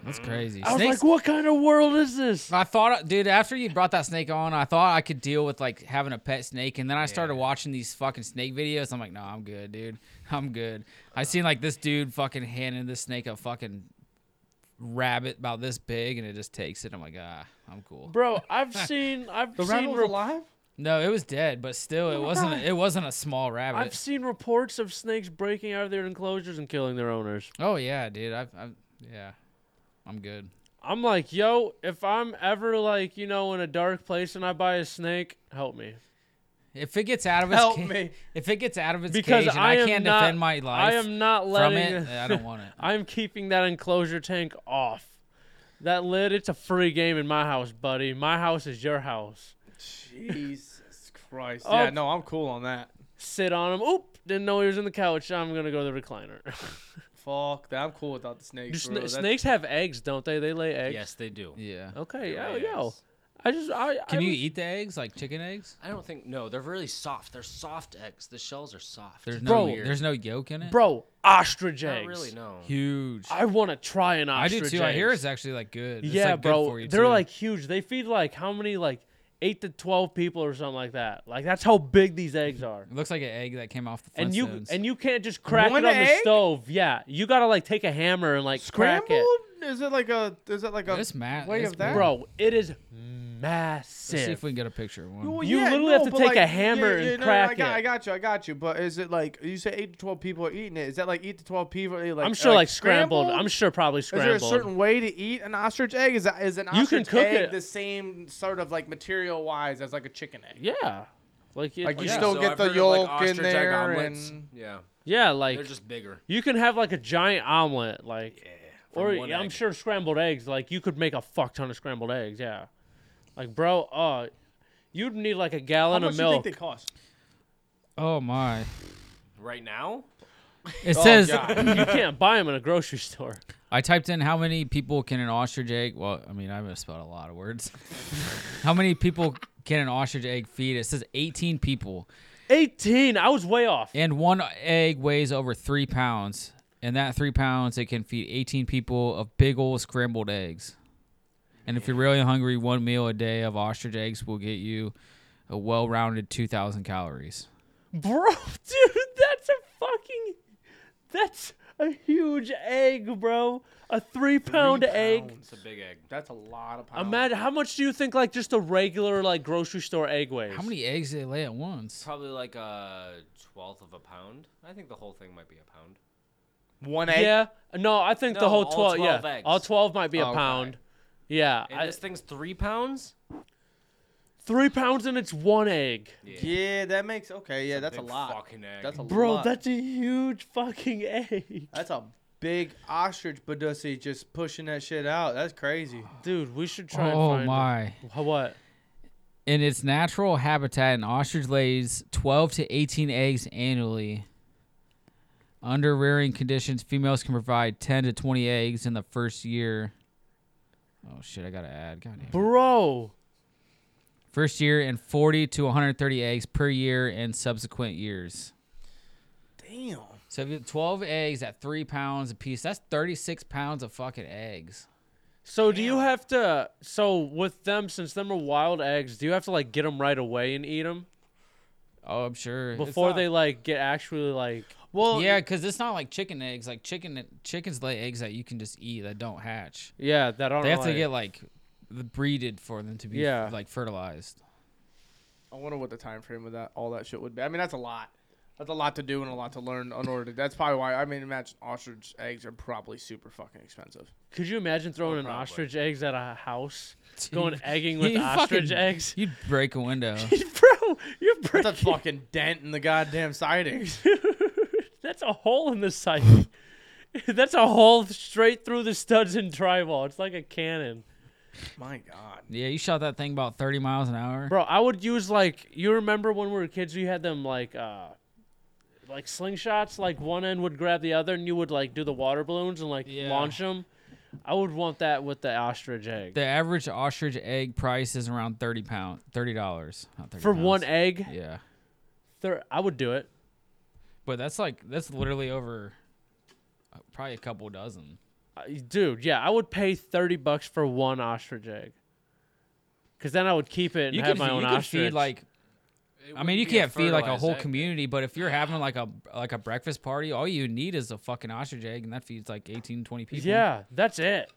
Speaker 4: That's crazy.
Speaker 2: I was
Speaker 4: Snakes-
Speaker 2: like, what kind of world is this?
Speaker 4: I thought, dude, after you brought that snake on, I thought I could deal with like having a pet snake, and then I started watching these fucking snake videos. I'm like, no, I'm good, dude. I'm good. I seen like this dude fucking handing this snake a fucking rabbit about this big, and it just takes it. I'm like, ah, I'm cool.
Speaker 2: Bro, I've seen I've
Speaker 1: The
Speaker 2: seen
Speaker 1: rabbit was
Speaker 2: rep-
Speaker 1: alive.
Speaker 4: No, it was dead, but still, it wasn't. It wasn't a small rabbit.
Speaker 2: Oh I've seen reports of snakes breaking out of their enclosures and killing their owners.
Speaker 4: oh yeah, dude. I've, I've yeah, I'm good.
Speaker 2: I'm like, yo, if I'm ever like, you know, in a dark place and I buy a snake, help me.
Speaker 4: If it gets out of its
Speaker 1: Help
Speaker 4: ca-
Speaker 1: me.
Speaker 4: if it gets out of its
Speaker 2: Because
Speaker 4: cage, and
Speaker 2: I
Speaker 4: I,
Speaker 2: am
Speaker 4: can't
Speaker 2: not-
Speaker 4: defend my life
Speaker 2: I am not
Speaker 4: from
Speaker 2: letting
Speaker 4: it. I don't want it.
Speaker 2: I'm keeping that enclosure tank off. That lid, it's a free game in my house, buddy. My house is your house.
Speaker 1: Jesus Christ.
Speaker 2: Oh.
Speaker 1: Yeah, no, I'm cool on that.
Speaker 2: Sit on him. Oop, didn't know he was in the couch. I'm gonna go to the recliner.
Speaker 1: Fuck that. I'm cool without the snakes.
Speaker 2: Sna-
Speaker 1: bro. That's-
Speaker 2: snakes have eggs, don't they? They lay eggs.
Speaker 3: Yes, they do.
Speaker 4: Yeah.
Speaker 2: Okay.
Speaker 3: Yeah,
Speaker 2: Oh,
Speaker 3: yeah,
Speaker 2: yo.
Speaker 3: yes.
Speaker 2: I just I
Speaker 4: Can
Speaker 2: I
Speaker 4: you
Speaker 2: was-
Speaker 4: eat the eggs like chicken eggs?
Speaker 3: I don't think. No, they're really soft. They're soft eggs. The shells are soft.
Speaker 4: There's
Speaker 2: Bro.
Speaker 4: no there's no yolk in it.
Speaker 2: bro ostrich
Speaker 3: Not
Speaker 2: eggs?
Speaker 3: really. No.
Speaker 4: huge. I,
Speaker 2: I want to try an ostrich.
Speaker 4: do too. I hear
Speaker 2: eggs.
Speaker 4: it's actually like good. It's,
Speaker 2: yeah,
Speaker 4: like, good
Speaker 2: bro.
Speaker 4: for you,
Speaker 2: they're
Speaker 4: too.
Speaker 2: like huge. They feed like how many like eight to twelve people or something like that. Like that's how big these eggs are.
Speaker 4: it looks like an egg that came off the
Speaker 2: And you
Speaker 4: Flintstones.
Speaker 2: and you can't just crack
Speaker 1: One
Speaker 2: it on the
Speaker 1: egg?
Speaker 2: stove. Yeah, you gotta like take a hammer and like crack
Speaker 1: Scrambled?
Speaker 2: it.
Speaker 1: Is it like a? Is it like a?
Speaker 4: This mat-
Speaker 1: way
Speaker 4: this
Speaker 1: of that?
Speaker 4: bread-
Speaker 2: Bro, it is
Speaker 4: Let's see
Speaker 2: massive.
Speaker 4: if we can get a picture of one.
Speaker 1: Well,
Speaker 2: You literally have to
Speaker 1: but
Speaker 2: take a hammer and crack
Speaker 1: I got,
Speaker 2: it.
Speaker 1: I got you. I got you. But is it like you say eight to twelve people are eating it? Is that like eight to twelve people? Are like
Speaker 2: I'm sure like scrambled. I'm sure probably
Speaker 1: Is
Speaker 2: scrambled.
Speaker 1: there a certain way to eat an ostrich egg? Is that is an
Speaker 2: can
Speaker 1: ostrich
Speaker 2: cook
Speaker 1: egg
Speaker 2: it.
Speaker 1: the same sort of like material wise as like a chicken egg?
Speaker 2: yeah, like, it,
Speaker 1: Like you
Speaker 2: yeah.
Speaker 1: still
Speaker 3: so
Speaker 1: get
Speaker 3: I've
Speaker 1: the
Speaker 3: heard of,
Speaker 1: yolk
Speaker 3: like,
Speaker 1: in
Speaker 3: ostrich egg
Speaker 1: there
Speaker 3: omelets.
Speaker 1: and
Speaker 3: yeah,
Speaker 2: yeah,
Speaker 3: they're
Speaker 2: like
Speaker 3: just bigger.
Speaker 2: you can have like a giant omelet, like
Speaker 3: from
Speaker 2: or
Speaker 3: one
Speaker 2: yeah, I'm
Speaker 3: egg.
Speaker 2: sure scrambled eggs. Like you could make a fuck ton of scrambled eggs. Yeah, like bro, uh, you'd need like a
Speaker 1: how
Speaker 2: gallon
Speaker 1: much
Speaker 2: of
Speaker 1: do you think
Speaker 2: milk.
Speaker 1: they cost?
Speaker 4: oh my!
Speaker 3: Right now,
Speaker 4: It
Speaker 1: Oh,
Speaker 4: says
Speaker 1: God.
Speaker 2: you can't buy them in a grocery store.
Speaker 4: I typed in how many people can an ostrich egg. Well, I mean I misspelled a lot of words. how many people can an ostrich egg feed? It says 18 people,
Speaker 2: 18. I was way off.
Speaker 4: and one egg weighs over three pounds. And that three pounds, it can feed 18 people of big old scrambled eggs. And if you're really hungry, one meal a day of ostrich eggs will get you a well-rounded 2,000 calories.
Speaker 2: Bro, dude, that's a fucking. That's a huge egg, bro. A three pound egg.
Speaker 1: pounds.
Speaker 3: it's a big egg.
Speaker 1: That's a lot of pounds.
Speaker 2: Imagine how much do you think like just a regular like grocery store egg weighs?
Speaker 4: How many eggs do they lay at once?
Speaker 3: Probably like a twelfth of a pound. I think the whole thing might be a pound.
Speaker 1: one egg.
Speaker 2: Yeah. No, I think the
Speaker 3: No,
Speaker 2: whole
Speaker 3: all
Speaker 2: 12,
Speaker 3: 12
Speaker 2: yeah.
Speaker 3: eggs.
Speaker 2: All 12 might be a
Speaker 1: Okay.
Speaker 2: pound. Yeah.
Speaker 3: And
Speaker 2: I-
Speaker 3: this thing's three pounds.
Speaker 2: 3 pounds and it's one egg.
Speaker 1: Yeah, that makes okay. Yeah, that's a
Speaker 3: big
Speaker 1: lot.
Speaker 3: Fucking egg.
Speaker 1: That's a
Speaker 2: Bro,
Speaker 1: lot.
Speaker 2: that's a huge fucking egg.
Speaker 1: That's a big ostrich badussy just pushing that shit out. That's crazy.
Speaker 2: Dude, we should try
Speaker 4: Oh
Speaker 2: and find
Speaker 4: my!
Speaker 2: Wha- What?
Speaker 4: In its natural habitat, an ostrich lays 12 to 18 eggs annually. Under rearing conditions, females can provide 10 to 20 eggs in the first year. Oh shit, I gotta add. God damn. it.
Speaker 2: Bro.
Speaker 4: First year and 40 to 130 eggs per year in subsequent years.
Speaker 1: Damn.
Speaker 4: So if you have 12 eggs at three pounds a piece, that's 36 pounds of fucking eggs.
Speaker 2: So do you have to so with them since them are wild eggs, do you have to like get them right away and eat them
Speaker 4: Oh, I'm sure. It's
Speaker 2: before
Speaker 4: not-
Speaker 2: they like get actually like
Speaker 1: Well,
Speaker 4: yeah, because it's not like chicken eggs. Like chicken, chickens lay eggs that you can just eat that don't hatch.
Speaker 2: yeah, that aren't
Speaker 4: They have to
Speaker 2: like-
Speaker 4: get like the breeded for them to be
Speaker 2: Yeah.
Speaker 4: like fertilized.
Speaker 1: I wonder what the time frame of that all that shit would be. I mean, that's a lot. That's a lot to do and a lot to learn in order to. That's probably why. I mean, imagine ostrich eggs are probably super fucking expensive.
Speaker 2: Could you imagine throwing an
Speaker 3: Oh, probably.
Speaker 2: ostrich eggs at a house? Going egging with ostrich eggs?
Speaker 4: You'd break a window.
Speaker 2: Bro, you're
Speaker 1: That's a
Speaker 2: breaking
Speaker 1: fucking dent in the goddamn sidings.
Speaker 2: That's a hole in the side. That's a hole straight through the studs and drywall. It's like a cannon.
Speaker 1: My God.
Speaker 4: Yeah, you shot that thing about 30 miles an hour.
Speaker 2: Bro, I would use like you remember when we were kids we had them like uh like slingshots, like one end would grab the other and you would like do the water balloons and like
Speaker 4: Yeah.
Speaker 2: launch them. I would want that with the ostrich egg.
Speaker 4: The average ostrich egg price is around 30 pound, $30. Not 30
Speaker 2: For one
Speaker 4: pounds.
Speaker 2: egg,
Speaker 4: Yeah.
Speaker 2: thir- I would do it.
Speaker 4: But that's like that's literally over uh, probably a couple dozen.
Speaker 2: I- Dude, yeah, I would pay 30 bucks for one ostrich egg. Cuz then I would keep it and have my
Speaker 4: fe-
Speaker 2: own
Speaker 4: you
Speaker 2: ostrich.
Speaker 4: feed like
Speaker 3: It
Speaker 4: I
Speaker 3: wouldn't
Speaker 4: mean you
Speaker 3: be
Speaker 4: can't feed like a
Speaker 3: fertilized
Speaker 4: whole
Speaker 3: egg.
Speaker 4: community, but if you're having like a like a breakfast party, all you need is a fucking ostrich egg and that feeds like 18 20 people.
Speaker 2: Yeah, that's it.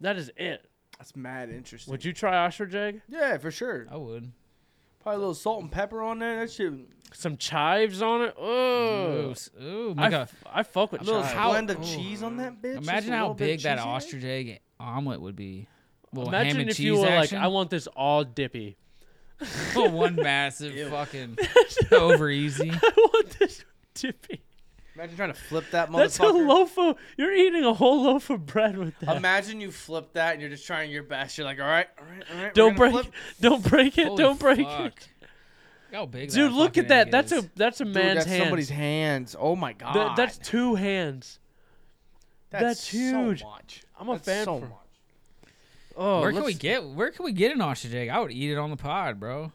Speaker 2: That is it.
Speaker 1: That's mad interesting.
Speaker 2: Would you try ostrich egg?
Speaker 1: Yeah, for sure.
Speaker 4: I would.
Speaker 1: Probably a little salt and pepper on there. That shit.
Speaker 2: Some chives on it?
Speaker 4: Ooh,
Speaker 2: Oh.
Speaker 4: s- ooh,
Speaker 2: I,
Speaker 4: make a-
Speaker 2: f- I fuck with
Speaker 1: A little
Speaker 2: chives.
Speaker 4: how-
Speaker 1: blend of cheese on that bitch. just
Speaker 4: imagine
Speaker 1: a
Speaker 4: how
Speaker 1: little bit
Speaker 4: big
Speaker 1: of
Speaker 4: that
Speaker 1: cheese in it.
Speaker 4: ostrich egg omelet would be. Little ham
Speaker 2: Imagine
Speaker 4: and
Speaker 2: if
Speaker 4: cheese
Speaker 2: you were
Speaker 4: action.
Speaker 2: like, I want this all dippy.
Speaker 4: one massive fucking over easy.
Speaker 2: I want this dippy.
Speaker 1: Imagine trying to flip that motherfucker.
Speaker 2: That's a loaf of. You're eating a whole loaf of bread with that.
Speaker 1: Imagine you flip that and you're just trying your best. You're like, all right, all right, all right. we're
Speaker 2: don't
Speaker 1: gonna
Speaker 2: break.
Speaker 1: flip."
Speaker 2: Don't break it.
Speaker 4: Holy
Speaker 2: don't break
Speaker 4: fuck.
Speaker 2: it.
Speaker 4: Look How big
Speaker 2: Dude,
Speaker 4: that
Speaker 2: look
Speaker 4: fucking
Speaker 2: at that.
Speaker 4: egg
Speaker 2: That's
Speaker 4: is.
Speaker 2: a that's a
Speaker 1: Dude,
Speaker 2: man's
Speaker 1: that's
Speaker 2: hand.
Speaker 1: somebody's hands. Oh my god.
Speaker 2: Th- that's two hands. that's
Speaker 1: so
Speaker 2: huge.
Speaker 1: much.
Speaker 2: I'm a
Speaker 1: That's
Speaker 2: fan
Speaker 1: so
Speaker 2: for-
Speaker 1: much.
Speaker 2: Oh,
Speaker 4: where can we
Speaker 2: let's-
Speaker 4: get where can we get an ostrich egg? I would eat it on the pod, bro.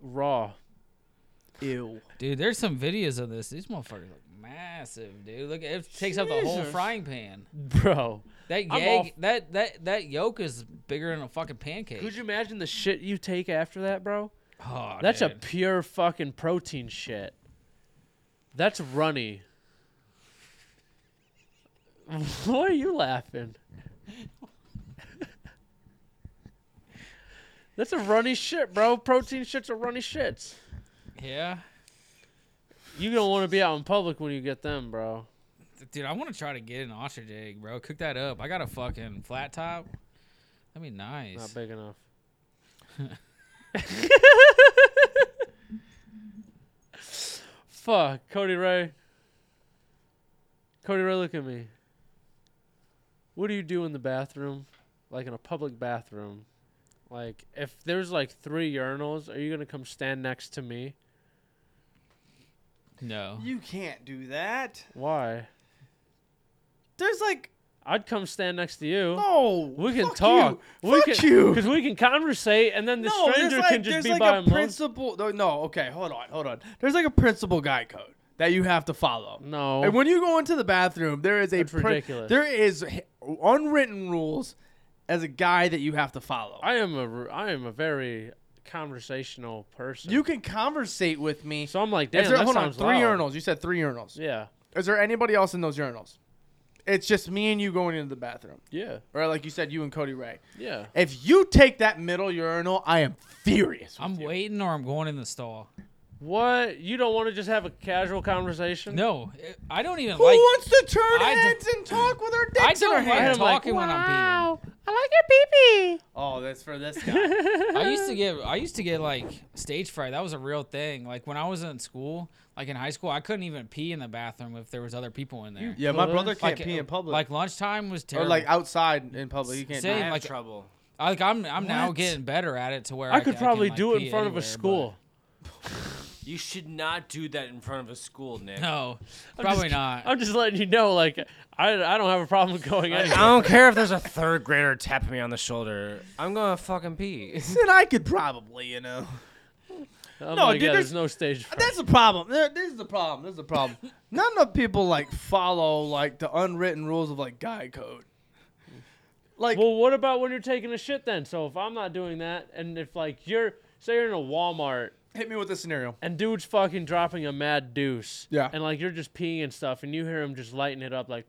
Speaker 2: raw?
Speaker 1: Ew.
Speaker 4: Dude, there's some videos of this. These motherfuckers look massive, dude. Look, it takes up the whole
Speaker 1: Jesus.
Speaker 4: frying pan.
Speaker 2: Bro,
Speaker 4: That
Speaker 2: I'm
Speaker 4: egg,
Speaker 2: off.
Speaker 4: that that that yolk is bigger than a fucking pancake.
Speaker 2: could you imagine the shit you take after that, bro?
Speaker 4: oh,
Speaker 2: That's a
Speaker 4: dude.
Speaker 2: pure fucking protein shit. That's runny. Why are you laughing? That's a runny shit, bro. Protein shits are runny shits.
Speaker 4: yeah,
Speaker 2: You don't want to be out in public when you get them, bro.
Speaker 4: dude. I want to try to get an ostrich egg, bro. Cook that up. I got a fucking flat top. That'd be
Speaker 2: Not
Speaker 4: nice.
Speaker 2: big enough. Fuck, Cody Ray. Cody Ray, look at me. What do you do in the bathroom? Like in a public bathroom? Like, if there's like three urinals, are you going to come stand next to me?
Speaker 4: No,
Speaker 1: You can't do that.
Speaker 2: Why?
Speaker 1: There's like
Speaker 2: I'd come stand next to you.
Speaker 1: no.
Speaker 2: We can
Speaker 1: fuck
Speaker 2: talk.
Speaker 1: You.
Speaker 2: We
Speaker 1: fuck
Speaker 2: can,
Speaker 1: you.
Speaker 2: Because we can conversate, and then the
Speaker 1: no, there's
Speaker 2: stranger
Speaker 1: like,
Speaker 2: can just
Speaker 1: there's
Speaker 2: be
Speaker 1: like
Speaker 2: by
Speaker 1: a
Speaker 2: himself.
Speaker 1: principle. No, no, okay, hold on, hold on. There's like a principle guide code that you have to follow.
Speaker 2: No.
Speaker 1: And when you go into the bathroom, there is a
Speaker 2: That's ridiculous.
Speaker 1: There is h- unwritten rules as a guy that you have to follow.
Speaker 2: I am a r- I am a very conversational person.
Speaker 1: you can conversate with me.
Speaker 2: so I'm like, damn,
Speaker 1: Is there,
Speaker 2: that
Speaker 1: hold on,
Speaker 2: sounds
Speaker 1: three
Speaker 2: loud.
Speaker 1: urinals. You said three urinals.
Speaker 2: Yeah,
Speaker 1: Is there anybody else in those urinals? It's just me and you going into the bathroom,
Speaker 2: yeah,
Speaker 1: or like you said, you and Cody Ray.
Speaker 2: yeah.
Speaker 1: If you take that middle urinal, I am furious. with
Speaker 4: I'm
Speaker 1: you.
Speaker 4: waiting or I'm going in the stall.
Speaker 2: What? You don't want to just have a casual conversation?
Speaker 4: No, it- I don't even
Speaker 1: Who
Speaker 4: like.
Speaker 1: wants to turn
Speaker 4: I d-
Speaker 1: heads and talk with their
Speaker 4: I
Speaker 1: dicks in their
Speaker 4: don't like
Speaker 1: hands?
Speaker 2: I'm like,
Speaker 4: talking when I'm
Speaker 2: Wow, I like your pee
Speaker 1: Oh, that's for this guy.
Speaker 4: I used to get I used to get like stage fright. That was a real thing. Like when I was in school, like in high school, I couldn't even pee in the bathroom if there was other people in there.
Speaker 1: yeah, my brother
Speaker 4: like,
Speaker 1: can't pee in public.
Speaker 4: Like lunchtime was
Speaker 1: or
Speaker 4: terrible.
Speaker 1: like outside in public, you can't.
Speaker 3: I
Speaker 4: Same,
Speaker 1: do
Speaker 3: have
Speaker 4: like-
Speaker 3: trouble.
Speaker 4: I, like I'm I'm now
Speaker 1: What?
Speaker 4: getting better at it to where
Speaker 2: I
Speaker 4: I,
Speaker 2: could
Speaker 4: ca- I
Speaker 2: probably
Speaker 4: can, like,
Speaker 2: do it
Speaker 4: pee
Speaker 2: in front of
Speaker 4: anywhere,
Speaker 2: a school.
Speaker 3: You should not do that in front of a school, Nick.
Speaker 4: but- No,
Speaker 2: I'm
Speaker 4: probably
Speaker 2: just-
Speaker 4: not.
Speaker 2: I'm just letting you know, like, I, I don't have a problem going
Speaker 3: I
Speaker 2: anywhere.
Speaker 3: don't care if there's a third grader tapping me on the shoulder. I'm gonna fucking pee.
Speaker 1: Then I could probably, you know.
Speaker 2: Oh
Speaker 1: No,
Speaker 2: my
Speaker 1: dude,
Speaker 2: God,
Speaker 1: there's-
Speaker 2: there's no stage. fright.
Speaker 1: That's the problem. There- This is the problem. This is the problem. Not enough people like follow like the unwritten rules of like guy code. Like
Speaker 2: Well, what about when you're taking a shit then? So if I'm not doing that, and if like you're say you're in a Walmart
Speaker 1: hit me with this scenario.
Speaker 2: and dude's fucking dropping a mad deuce.
Speaker 1: Yeah.
Speaker 2: And like you're just peeing and stuff, and you hear him just lighting it up. Like,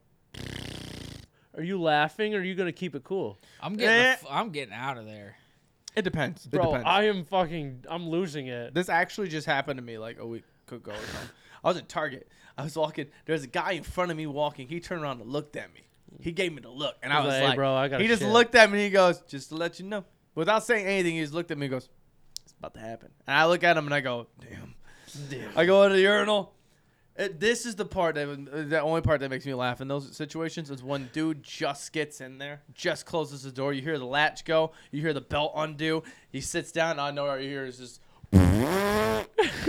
Speaker 2: are you laughing? or Are you gonna keep it cool,
Speaker 4: I'm getting the
Speaker 1: Eh.
Speaker 4: f- I'm getting out of there.
Speaker 1: It depends. It
Speaker 2: bro?
Speaker 1: depends.
Speaker 2: I am fucking. I'm losing it.
Speaker 1: This actually just happened to me like a week ago. Or something. I was at Target. I was walking. There's a guy in front of me walking. He turned around and looked at me. He gave me the look, and I
Speaker 2: He's
Speaker 1: was
Speaker 2: like,
Speaker 1: like,
Speaker 2: "Hey, bro, I gotta
Speaker 1: He just
Speaker 2: shit."
Speaker 1: looked at me. and He goes, "Just to let you know," without saying anything. He just looked at me. and goes, "It's about to happen." And I look at him and I go, "Damn."
Speaker 2: Damn.
Speaker 1: I go into the urinal. It, Uh, this is the part that would- uh, the only part that makes me laugh in those situations is when dude just gets in there, just closes the door. You hear the latch go, you hear the belt undo. He sits down. I know all you hear is just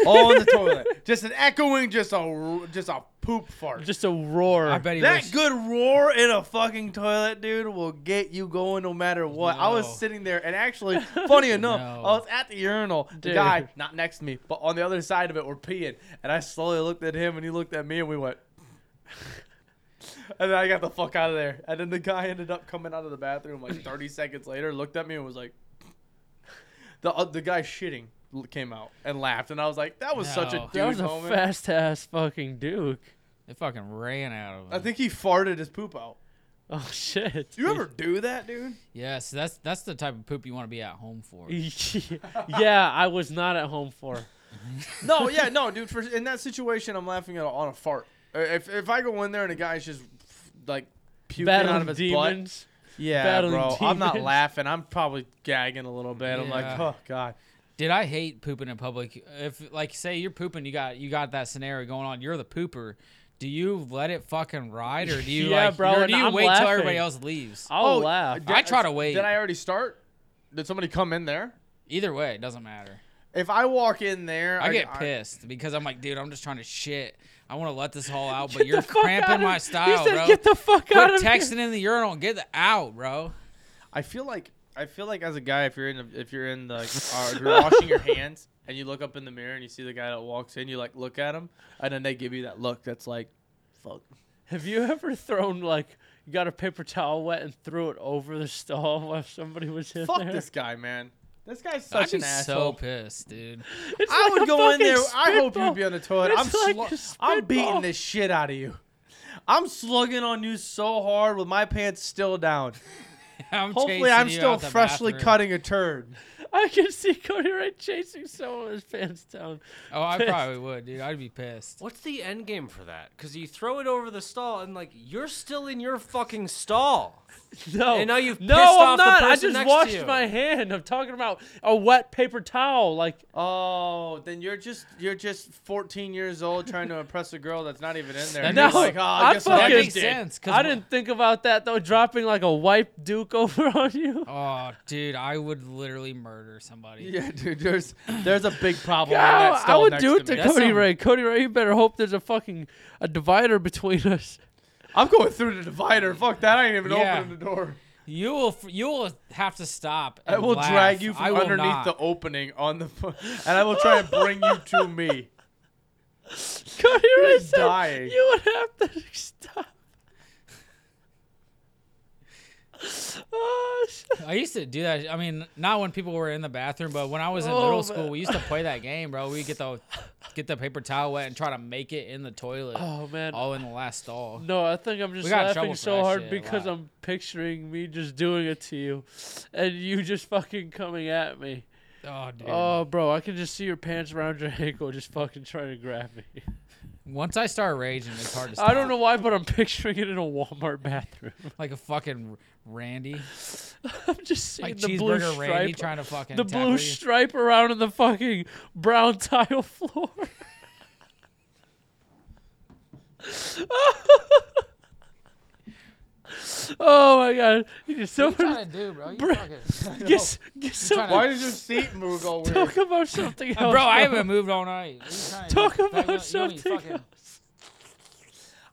Speaker 1: all in the toilet, just an echoing, just a r- just a poop fart.
Speaker 2: Just a roar.
Speaker 4: I bet he
Speaker 1: that
Speaker 4: wish-
Speaker 1: good roar in a fucking toilet, dude, will get you going no matter what. I
Speaker 4: No.
Speaker 1: was sitting there, and actually, funny enough,
Speaker 4: No.
Speaker 1: I was at the urinal. The
Speaker 2: Dude.
Speaker 1: guy, not next to me, but on the other side of it, we're peeing. And I slowly looked at him, and he looked at me, and we went. and then I got the fuck out of there. And then the guy ended up coming out of the bathroom like 30 seconds later, looked at me, and was like, the, uh, the guy shitting l- came out and laughed. And I was like, that was such a
Speaker 4: No.
Speaker 1: dude
Speaker 2: that was a
Speaker 1: moment.
Speaker 2: fast ass fucking Duke.
Speaker 4: It fucking ran out of him.
Speaker 1: I think he farted his poop out.
Speaker 2: Oh shit.
Speaker 1: Do you ever do that, dude?
Speaker 4: Yes, that's that's the type of poop you want to be at home for.
Speaker 1: E
Speaker 2: yeah, I was not at home for.
Speaker 1: No, yeah, no, dude. For in that situation, I'm laughing at on a fart. Uh, If if I go in there and a guy's just like puking out
Speaker 2: Battling
Speaker 1: of his butt,
Speaker 2: demons.
Speaker 1: yeah,
Speaker 2: Battling
Speaker 1: bro, I'm not
Speaker 2: demons.
Speaker 1: laughing. I'm probably gagging a little bit. I'm like,
Speaker 4: Yeah.
Speaker 1: oh god.
Speaker 4: Did I hate pooping in public? If like say you're pooping, you got you got that scenario going on. You're the pooper. Do you let it fucking ride, or do you
Speaker 2: Yeah,
Speaker 4: like,
Speaker 2: bro,
Speaker 4: or
Speaker 2: and
Speaker 4: do you
Speaker 2: I'm
Speaker 4: wait till
Speaker 2: laughing.
Speaker 4: everybody
Speaker 2: Uh,
Speaker 4: else leaves?
Speaker 2: I'll
Speaker 1: Oh,
Speaker 2: laugh.
Speaker 1: did-
Speaker 4: I try to wait.
Speaker 1: Did I already start? Did somebody come in there?
Speaker 4: Either way, it doesn't matter.
Speaker 1: If I walk in there,
Speaker 4: I get
Speaker 1: pissed.
Speaker 4: pissed because I'm like, dude, I'm just trying to shit. I want to let this all out, but
Speaker 2: Get
Speaker 4: you're
Speaker 2: the fuck out
Speaker 4: cramping
Speaker 2: of-
Speaker 4: my style,
Speaker 2: He said,
Speaker 4: bro.
Speaker 2: "Get the fuck out
Speaker 4: Quit
Speaker 2: of here."
Speaker 4: texting in the urinal. Get the out, bro.
Speaker 1: I feel like I feel like as a guy, if you're in the, if you're in the uh, if you're washing your hands and you look up in the mirror and you see the guy that walks in, you like look at him, and then they give you that look that's like, fuck.
Speaker 2: Have you ever thrown like you got a paper towel wet and threw it over the stall while somebody was in
Speaker 1: Fuck
Speaker 2: there?
Speaker 1: this guy, man. This guy's
Speaker 4: I'd
Speaker 1: such
Speaker 4: be
Speaker 1: an
Speaker 4: so
Speaker 1: asshole.
Speaker 4: pissed, dude.
Speaker 2: It's
Speaker 1: I
Speaker 2: like a
Speaker 1: would go in
Speaker 2: fucking
Speaker 1: there. I hope
Speaker 2: spitball.
Speaker 1: you'd be on the toilet. I'm
Speaker 2: It's like
Speaker 1: slu-
Speaker 2: a
Speaker 1: I'm beating
Speaker 2: spitball.
Speaker 1: the shit out of you. I'm slugging on you so hard with my pants still down.
Speaker 4: I'm
Speaker 1: Hopefully,
Speaker 4: chasing
Speaker 1: I'm
Speaker 4: you
Speaker 1: still
Speaker 4: out the
Speaker 1: freshly
Speaker 4: bathroom.
Speaker 1: cutting a turd.
Speaker 2: I can see Cody Wright chasing someone with his pants down.
Speaker 4: Oh, I
Speaker 2: pissed.
Speaker 4: probably would, dude. I'd be pissed.
Speaker 3: What's the end game for that? Because you throw it over the stall and like you're still in your fucking stall.
Speaker 2: No,
Speaker 3: And now you've
Speaker 2: no,
Speaker 3: pissed
Speaker 2: I'm
Speaker 3: off the
Speaker 2: not. I
Speaker 3: person
Speaker 2: just
Speaker 3: next to
Speaker 2: washed
Speaker 3: you.
Speaker 2: my hand. I'm talking about a wet paper towel. Like
Speaker 1: Oh, then you're just you're just 14 years old trying to impress a girl that's not even in there.
Speaker 4: That
Speaker 1: And
Speaker 4: No,
Speaker 1: it's like, oh, I
Speaker 2: I
Speaker 1: guess what I
Speaker 2: fucking-
Speaker 1: just
Speaker 4: makes
Speaker 1: did.
Speaker 4: sense. 'cause
Speaker 2: I
Speaker 4: wh-
Speaker 2: didn't think about that though. Dropping like a wipe Duke over on you.
Speaker 4: Oh, dude, I would literally murder somebody.
Speaker 1: Yeah, dude, there's there's a big problem. in
Speaker 2: Yeah,
Speaker 1: Oh, that
Speaker 2: I
Speaker 1: stall
Speaker 2: would
Speaker 1: next
Speaker 2: do it
Speaker 1: to
Speaker 2: to
Speaker 1: me.
Speaker 4: That's
Speaker 2: Cody
Speaker 4: some-
Speaker 2: Ray. Cody Ray, you better hope there's a fucking a divider between us.
Speaker 1: I'm going through the divider. Fuck that! I ain't even
Speaker 4: Yeah.
Speaker 1: opening the door.
Speaker 4: You will. f- You will have to stop.
Speaker 1: I
Speaker 4: and
Speaker 1: will
Speaker 4: laugh.
Speaker 1: drag you from
Speaker 4: I will
Speaker 1: underneath
Speaker 4: not.
Speaker 1: the opening on the, fu- and I will try and bring you to me.
Speaker 2: Cody Ray said
Speaker 1: dying.
Speaker 2: you would have to stop. Oh, shit.
Speaker 4: I used to do that. I mean, not when people were in the bathroom, but when I was in
Speaker 2: Oh,
Speaker 4: middle school,
Speaker 2: man.
Speaker 4: we used to play that game, bro. We get the get the paper towel wet and try to make it in the toilet,
Speaker 2: Oh, man.
Speaker 4: all in the last stall.
Speaker 2: No, I think I'm just
Speaker 4: got in
Speaker 2: laughing
Speaker 4: trouble for
Speaker 2: so
Speaker 4: that
Speaker 2: hard
Speaker 4: shit a
Speaker 2: because
Speaker 4: lot.
Speaker 2: I'm picturing me just doing it to you and you just fucking coming at me.
Speaker 4: Oh, dude.
Speaker 2: Oh, bro, I can just see your pants around your ankle just fucking trying to grab me.
Speaker 4: Once I start raging, it's hard to stop.
Speaker 2: I don't know why, but I'm picturing it in a Walmart bathroom.
Speaker 4: Like a fucking Randy,
Speaker 2: I'm just seeing
Speaker 4: like
Speaker 2: the blue
Speaker 4: cheeseburger Randy,
Speaker 2: stripe.
Speaker 4: trying to fucking
Speaker 2: the
Speaker 4: tackle
Speaker 2: blue
Speaker 4: you.
Speaker 2: stripe around the fucking brown tile floor. oh my god! You just so
Speaker 4: What you trying to do, bro? You
Speaker 2: Bro.
Speaker 4: fucking-
Speaker 2: guess guess some,
Speaker 4: trying
Speaker 1: Why does your seat move all weird?
Speaker 2: talk about something else,
Speaker 4: Uh, bro, I haven't moved all night. What you trying to
Speaker 2: Talk
Speaker 4: do?
Speaker 2: about
Speaker 4: Fucking- you don't even
Speaker 2: something
Speaker 4: fucking-
Speaker 2: else.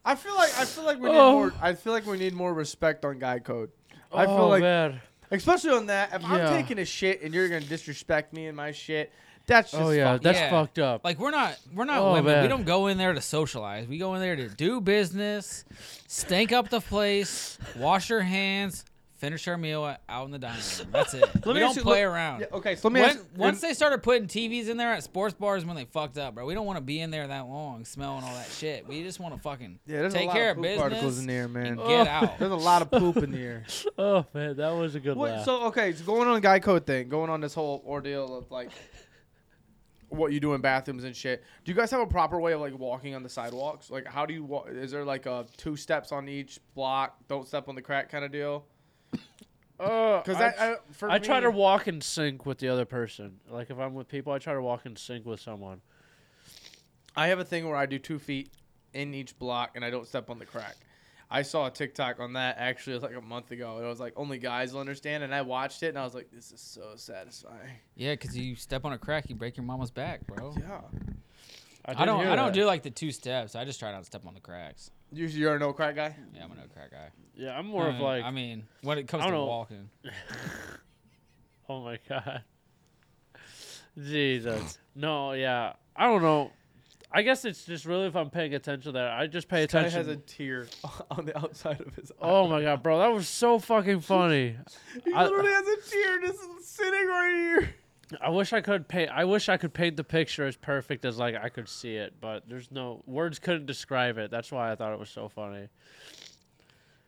Speaker 1: I feel like I feel like we need
Speaker 2: Oh.
Speaker 1: more. I feel like we need more respect on guy code. I feel
Speaker 2: oh
Speaker 1: like,
Speaker 2: man,
Speaker 1: especially on that, if
Speaker 2: Yeah.
Speaker 1: I'm taking a shit and you're gonna disrespect me and my shit, that's just
Speaker 2: oh yeah,
Speaker 1: fucked
Speaker 2: that's
Speaker 4: Yeah.
Speaker 2: fucked up.
Speaker 4: Like we're not we're not
Speaker 2: Oh,
Speaker 4: women.
Speaker 2: man.
Speaker 4: We don't go in there to socialize. We go in there to do business, stink up the place, wash your hands, finish our meal out in the dining room. That's it. we
Speaker 1: me
Speaker 4: don't
Speaker 1: ask you-
Speaker 4: play
Speaker 1: let-
Speaker 4: around.
Speaker 1: Yeah, okay, so let me
Speaker 4: When-
Speaker 1: ask,
Speaker 4: once they started putting TVs in there at sports bars, when they fucked up, bro. We don't want to be in there that long, smelling all that shit. We just want to fucking
Speaker 1: yeah, there's a
Speaker 4: take
Speaker 1: lot
Speaker 4: care
Speaker 1: of
Speaker 4: of
Speaker 1: poop particles
Speaker 4: business
Speaker 1: in the air, man.
Speaker 4: and get out.
Speaker 1: There's a lot of poop in the air.
Speaker 2: oh man, that was a good
Speaker 1: What,
Speaker 2: laugh.
Speaker 1: so okay, so going on the guy code thing, going on this whole ordeal of like what you do in bathrooms and shit. Do you guys have a proper way of like walking on the sidewalks? Like, how do you walk? Is there like a two steps on each block? Don't step on the crack kind of deal.
Speaker 2: Uh,
Speaker 1: Because
Speaker 2: I-
Speaker 1: I, I, for
Speaker 2: I try
Speaker 1: me-
Speaker 2: to walk in sync with the other person. Like if I'm with people, I try to walk in sync with someone.
Speaker 1: I have a thing where I do two feet in each block, and I don't step on the crack. I saw a TikTok on that actually it was like a month ago. It was like only guys will understand, and I watched it and I was like, this is so satisfying.
Speaker 4: Yeah, because you step on a crack, you break your mama's back, bro.
Speaker 1: Yeah,
Speaker 4: I, don't.
Speaker 2: hear
Speaker 4: I don't
Speaker 2: that.
Speaker 4: do like the two steps. I just try not to step on the cracks.
Speaker 1: you, you're no crack guy.
Speaker 4: Yeah, I'm a no crack guy.
Speaker 2: Yeah, I'm more
Speaker 4: I
Speaker 2: of
Speaker 4: mean-
Speaker 2: like.
Speaker 4: I mean, when it comes
Speaker 2: I
Speaker 4: to
Speaker 2: don't know.
Speaker 4: walking,
Speaker 2: oh my god. Jesus. No. Yeah. I don't know. I guess it's just really if I'm paying attention there. I just pay
Speaker 1: Ty
Speaker 2: attention.
Speaker 1: has a tear on the outside of his eye.
Speaker 2: Oh my god, bro, that was so fucking funny.
Speaker 1: He
Speaker 2: I-
Speaker 1: literally has a tear just sitting right here.
Speaker 2: I wish I could paint. I wish I could paint the picture as perfect as like I could see it, but there's no words couldn't describe it. That's why I thought it was so funny.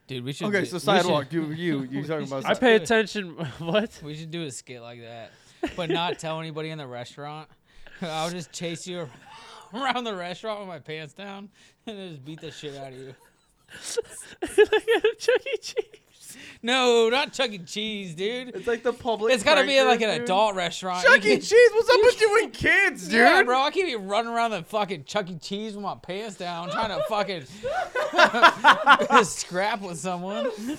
Speaker 4: dude, we should.
Speaker 1: Okay,
Speaker 4: do-
Speaker 1: so
Speaker 4: we should-
Speaker 1: sidewalk, you you you talking about?
Speaker 2: I
Speaker 1: side-
Speaker 2: pay attention. what?
Speaker 4: We should do a skit like that, but not tell anybody in the restaurant. I'll just chase you ar- around the restaurant with my pants down and then just beat the shit out of you.
Speaker 2: Chuck E. Cheese.
Speaker 4: No, not Chuck E. Cheese, dude.
Speaker 1: It's like the public.
Speaker 4: It's gotta be
Speaker 1: prankers,
Speaker 4: like an
Speaker 1: dude.
Speaker 4: adult restaurant. You
Speaker 1: Chuck E.
Speaker 4: can-
Speaker 1: Cheese, what's up with you and kids, dude?
Speaker 4: Yeah, bro, I can't be running around the fucking Chuck E. Cheese with my pants down, trying to fucking scrap with someone.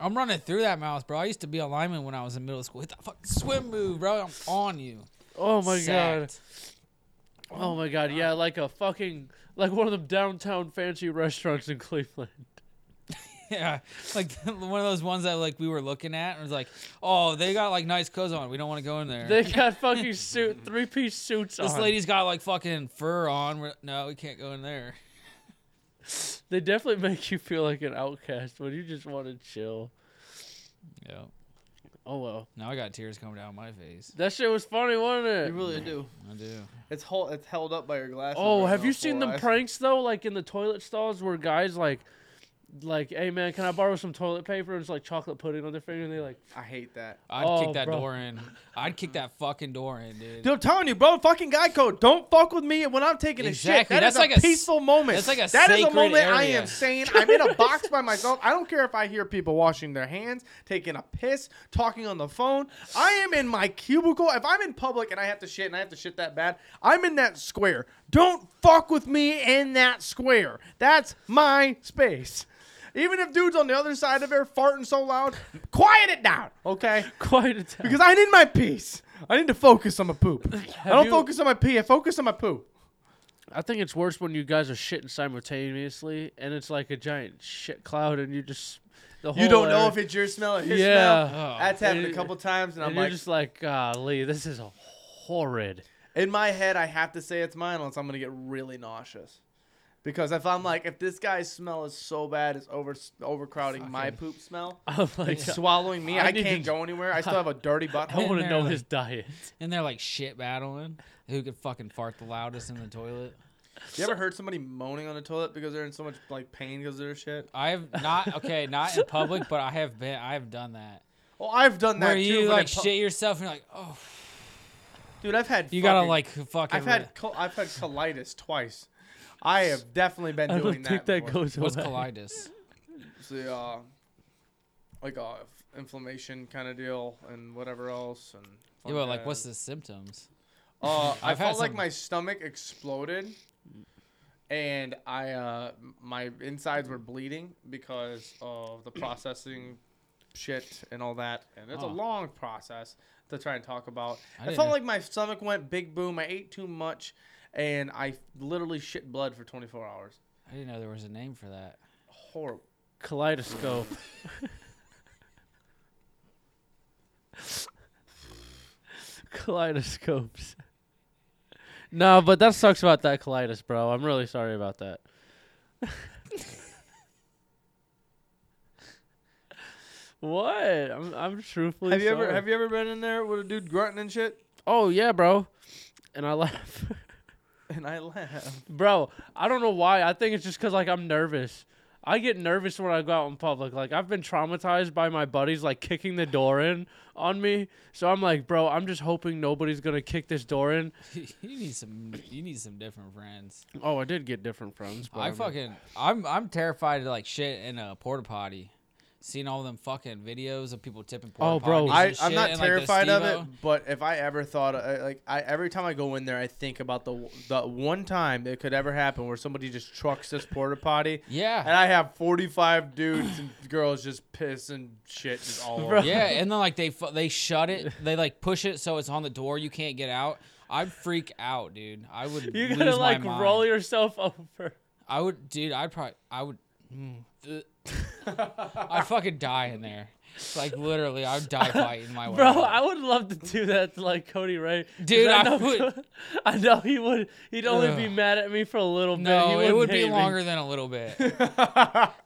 Speaker 4: I'm running through that mouse, bro. I used to be a lineman when I was in middle school. Hit that fucking swim move, bro. I'm on you.
Speaker 2: Oh my god.
Speaker 4: Sacked.
Speaker 2: Oh my god. Yeah, like a fucking like one of them downtown fancy restaurants in Cleveland.
Speaker 4: Yeah, like one of those ones that like we were looking at and was like, oh, they got like nice clothes on. We don't want to go in there.
Speaker 2: They got fucking suit three piece suits
Speaker 4: this
Speaker 2: on.
Speaker 4: lady's got like fucking fur on. We're, no, we can't go in there.
Speaker 2: They definitely make you feel like an outcast when you just want to chill.
Speaker 4: Yeah.
Speaker 2: Oh well.
Speaker 4: Now I got tears coming down my face.
Speaker 2: That shit was funny, wasn't it?
Speaker 1: You really do.
Speaker 4: I do.
Speaker 1: It's hol- It's held up by your glasses.
Speaker 2: Oh,
Speaker 1: right
Speaker 2: have
Speaker 1: now,
Speaker 2: you seen
Speaker 1: four
Speaker 2: them
Speaker 1: eyes.
Speaker 2: pranks though? Like in the toilet stalls where guys like, like, hey man, can I borrow some toilet paper? And it's like chocolate pudding on their finger, and they like,
Speaker 1: I hate that.
Speaker 4: I'd
Speaker 2: Oh,
Speaker 4: kick that
Speaker 2: bro.
Speaker 4: door in. I'd kick that fucking door in, dude.
Speaker 1: Dude, I'm telling you, bro, fucking Geico, don't fuck with me when I'm taking a shit.
Speaker 4: Exactly,
Speaker 1: that's
Speaker 4: that's like
Speaker 1: a
Speaker 4: a s-
Speaker 1: peaceful moment.
Speaker 4: that's like a
Speaker 1: That is
Speaker 4: sacred
Speaker 1: moment I
Speaker 4: area.
Speaker 1: am sane. I'm in a box by myself. I don't care if I hear people washing their hands, taking a piss, talking on the phone. I am in my cubicle. If I'm in public and I have to shit and I have to shit that bad, I'm in that square. Don't fuck with me in that square. That's my space. Even if dudes on the other side of there farting so loud, quiet it down, okay?
Speaker 2: quite a time.
Speaker 1: Because I need my peace. I need to focus on my poop. I don't
Speaker 2: you-
Speaker 1: focus on my pee. I focus on my poo.
Speaker 2: I think it's worse when you guys are shitting simultaneously, and it's like a giant shit cloud, and you just the whole
Speaker 1: You don't know
Speaker 2: area-
Speaker 1: if it's your smell or his
Speaker 2: Yeah.
Speaker 1: smell.
Speaker 4: Oh.
Speaker 1: That's happened a
Speaker 2: And-
Speaker 1: couple times, and,
Speaker 2: and
Speaker 1: I'm
Speaker 2: you're
Speaker 1: like,
Speaker 2: just like, golly, this is a horrid.
Speaker 1: in my head, I have to say it's mine, unless I'm gonna get really nauseous. Because if I'm like, if this guy's smell is so bad, it's over overcrowding my poop smell,
Speaker 2: I'm like,
Speaker 1: it's swallowing me.
Speaker 2: I
Speaker 1: I,
Speaker 2: need
Speaker 1: can't
Speaker 2: to-
Speaker 1: go anywhere. I still have a dirty
Speaker 2: I
Speaker 1: butthole.
Speaker 2: want to
Speaker 4: there,
Speaker 2: know
Speaker 4: like-
Speaker 2: his diet.
Speaker 4: And they're like shit battling. Who could fucking fart the loudest in the toilet?
Speaker 1: you ever heard somebody moaning on the toilet because they're in so much like pain because of their shit?
Speaker 4: I have not okay, not in public, but I have been. I have done that.
Speaker 1: Oh, I've done that
Speaker 4: Where
Speaker 1: too.
Speaker 4: you
Speaker 1: but in
Speaker 4: like
Speaker 1: pu-
Speaker 4: shit yourself and you're like, oh,
Speaker 1: dude, I've had
Speaker 4: you gotta
Speaker 1: fucking-
Speaker 4: like fucking.
Speaker 1: I've had col- I've had colitis twice. I have definitely been
Speaker 2: I
Speaker 1: doing
Speaker 2: don't think that
Speaker 1: before.
Speaker 2: goes
Speaker 4: what's
Speaker 2: away.
Speaker 4: colitis?
Speaker 1: It's the, uh, like uh, f- inflammation kind of deal and whatever else and.
Speaker 4: Yeah, but like, what's
Speaker 1: fungi.
Speaker 4: the symptoms?
Speaker 1: Uh, I
Speaker 4: I've had
Speaker 1: felt like
Speaker 4: some-
Speaker 1: my stomach exploded, and I uh, my insides were bleeding because of the processing shit and all that. And it's
Speaker 4: Oh.
Speaker 1: a long process to try and talk about.
Speaker 4: I
Speaker 1: I,
Speaker 4: didn't
Speaker 1: felt
Speaker 4: know-
Speaker 1: like my stomach went big boom. I ate too much, and I literally shit blood for 24 hours.
Speaker 4: I didn't know there was a name for that.
Speaker 1: Horrible.
Speaker 2: Kaleidoscope. Kaleidoscopes. No, but that sucks about that colitis, bro. I'm really sorry about that. what? I'm I'm truthfully
Speaker 1: Have you
Speaker 2: sorry.
Speaker 1: ever have you ever been in there with a dude grunting and shit?
Speaker 2: Oh yeah, bro. And I laugh.
Speaker 1: And I laugh.
Speaker 2: Bro, I don't know why. I think it's just because like I'm nervous. I get nervous when I go out in public. Like I've been traumatized by my buddies like kicking the door in on me. So I'm like, bro, I'm just hoping nobody's gonna kick this door in.
Speaker 4: you need some. You need some different friends.
Speaker 2: Oh, I did get different friends. But
Speaker 4: I
Speaker 2: mean-
Speaker 4: fucking. I'm. I'm terrified to like shit in a porta potty. seeing all them fucking videos of people tipping.
Speaker 2: Oh,
Speaker 4: porta
Speaker 2: bro.
Speaker 4: potties
Speaker 1: I,
Speaker 4: and
Speaker 1: I'm
Speaker 4: shit
Speaker 1: not
Speaker 4: and, like, the
Speaker 1: terrified of
Speaker 4: Steve-O.
Speaker 1: it, but if I ever thought, I- like, I every time I go in there, I think about the the one time that could ever happen where somebody just trucks this porta potty,
Speaker 4: Yeah.
Speaker 1: and I have 45 dudes and girls just piss and shit just all over.
Speaker 4: Yeah, and then like they fu- they shut it, they like push it so it's on the door. You can't get out. I'd freak out, dude. I would.
Speaker 2: You
Speaker 4: lose
Speaker 2: gotta
Speaker 4: my
Speaker 2: like
Speaker 4: mind.
Speaker 2: roll yourself over.
Speaker 4: I would, dude. I'd probably. I would. Ugh. I'd fucking die in there. Like literally, I'd die fighting my way.
Speaker 2: Bro,
Speaker 4: out.
Speaker 2: I would love to do that to like Cody Ray. 'Cause
Speaker 4: Dude, I
Speaker 2: know,
Speaker 4: would-
Speaker 2: I know he would. He'd only be
Speaker 4: Ugh.
Speaker 2: mad at me for a little bit.
Speaker 4: no,
Speaker 2: He
Speaker 4: it would
Speaker 2: wouldn't
Speaker 4: be
Speaker 2: hate me.
Speaker 4: longer than a little bit.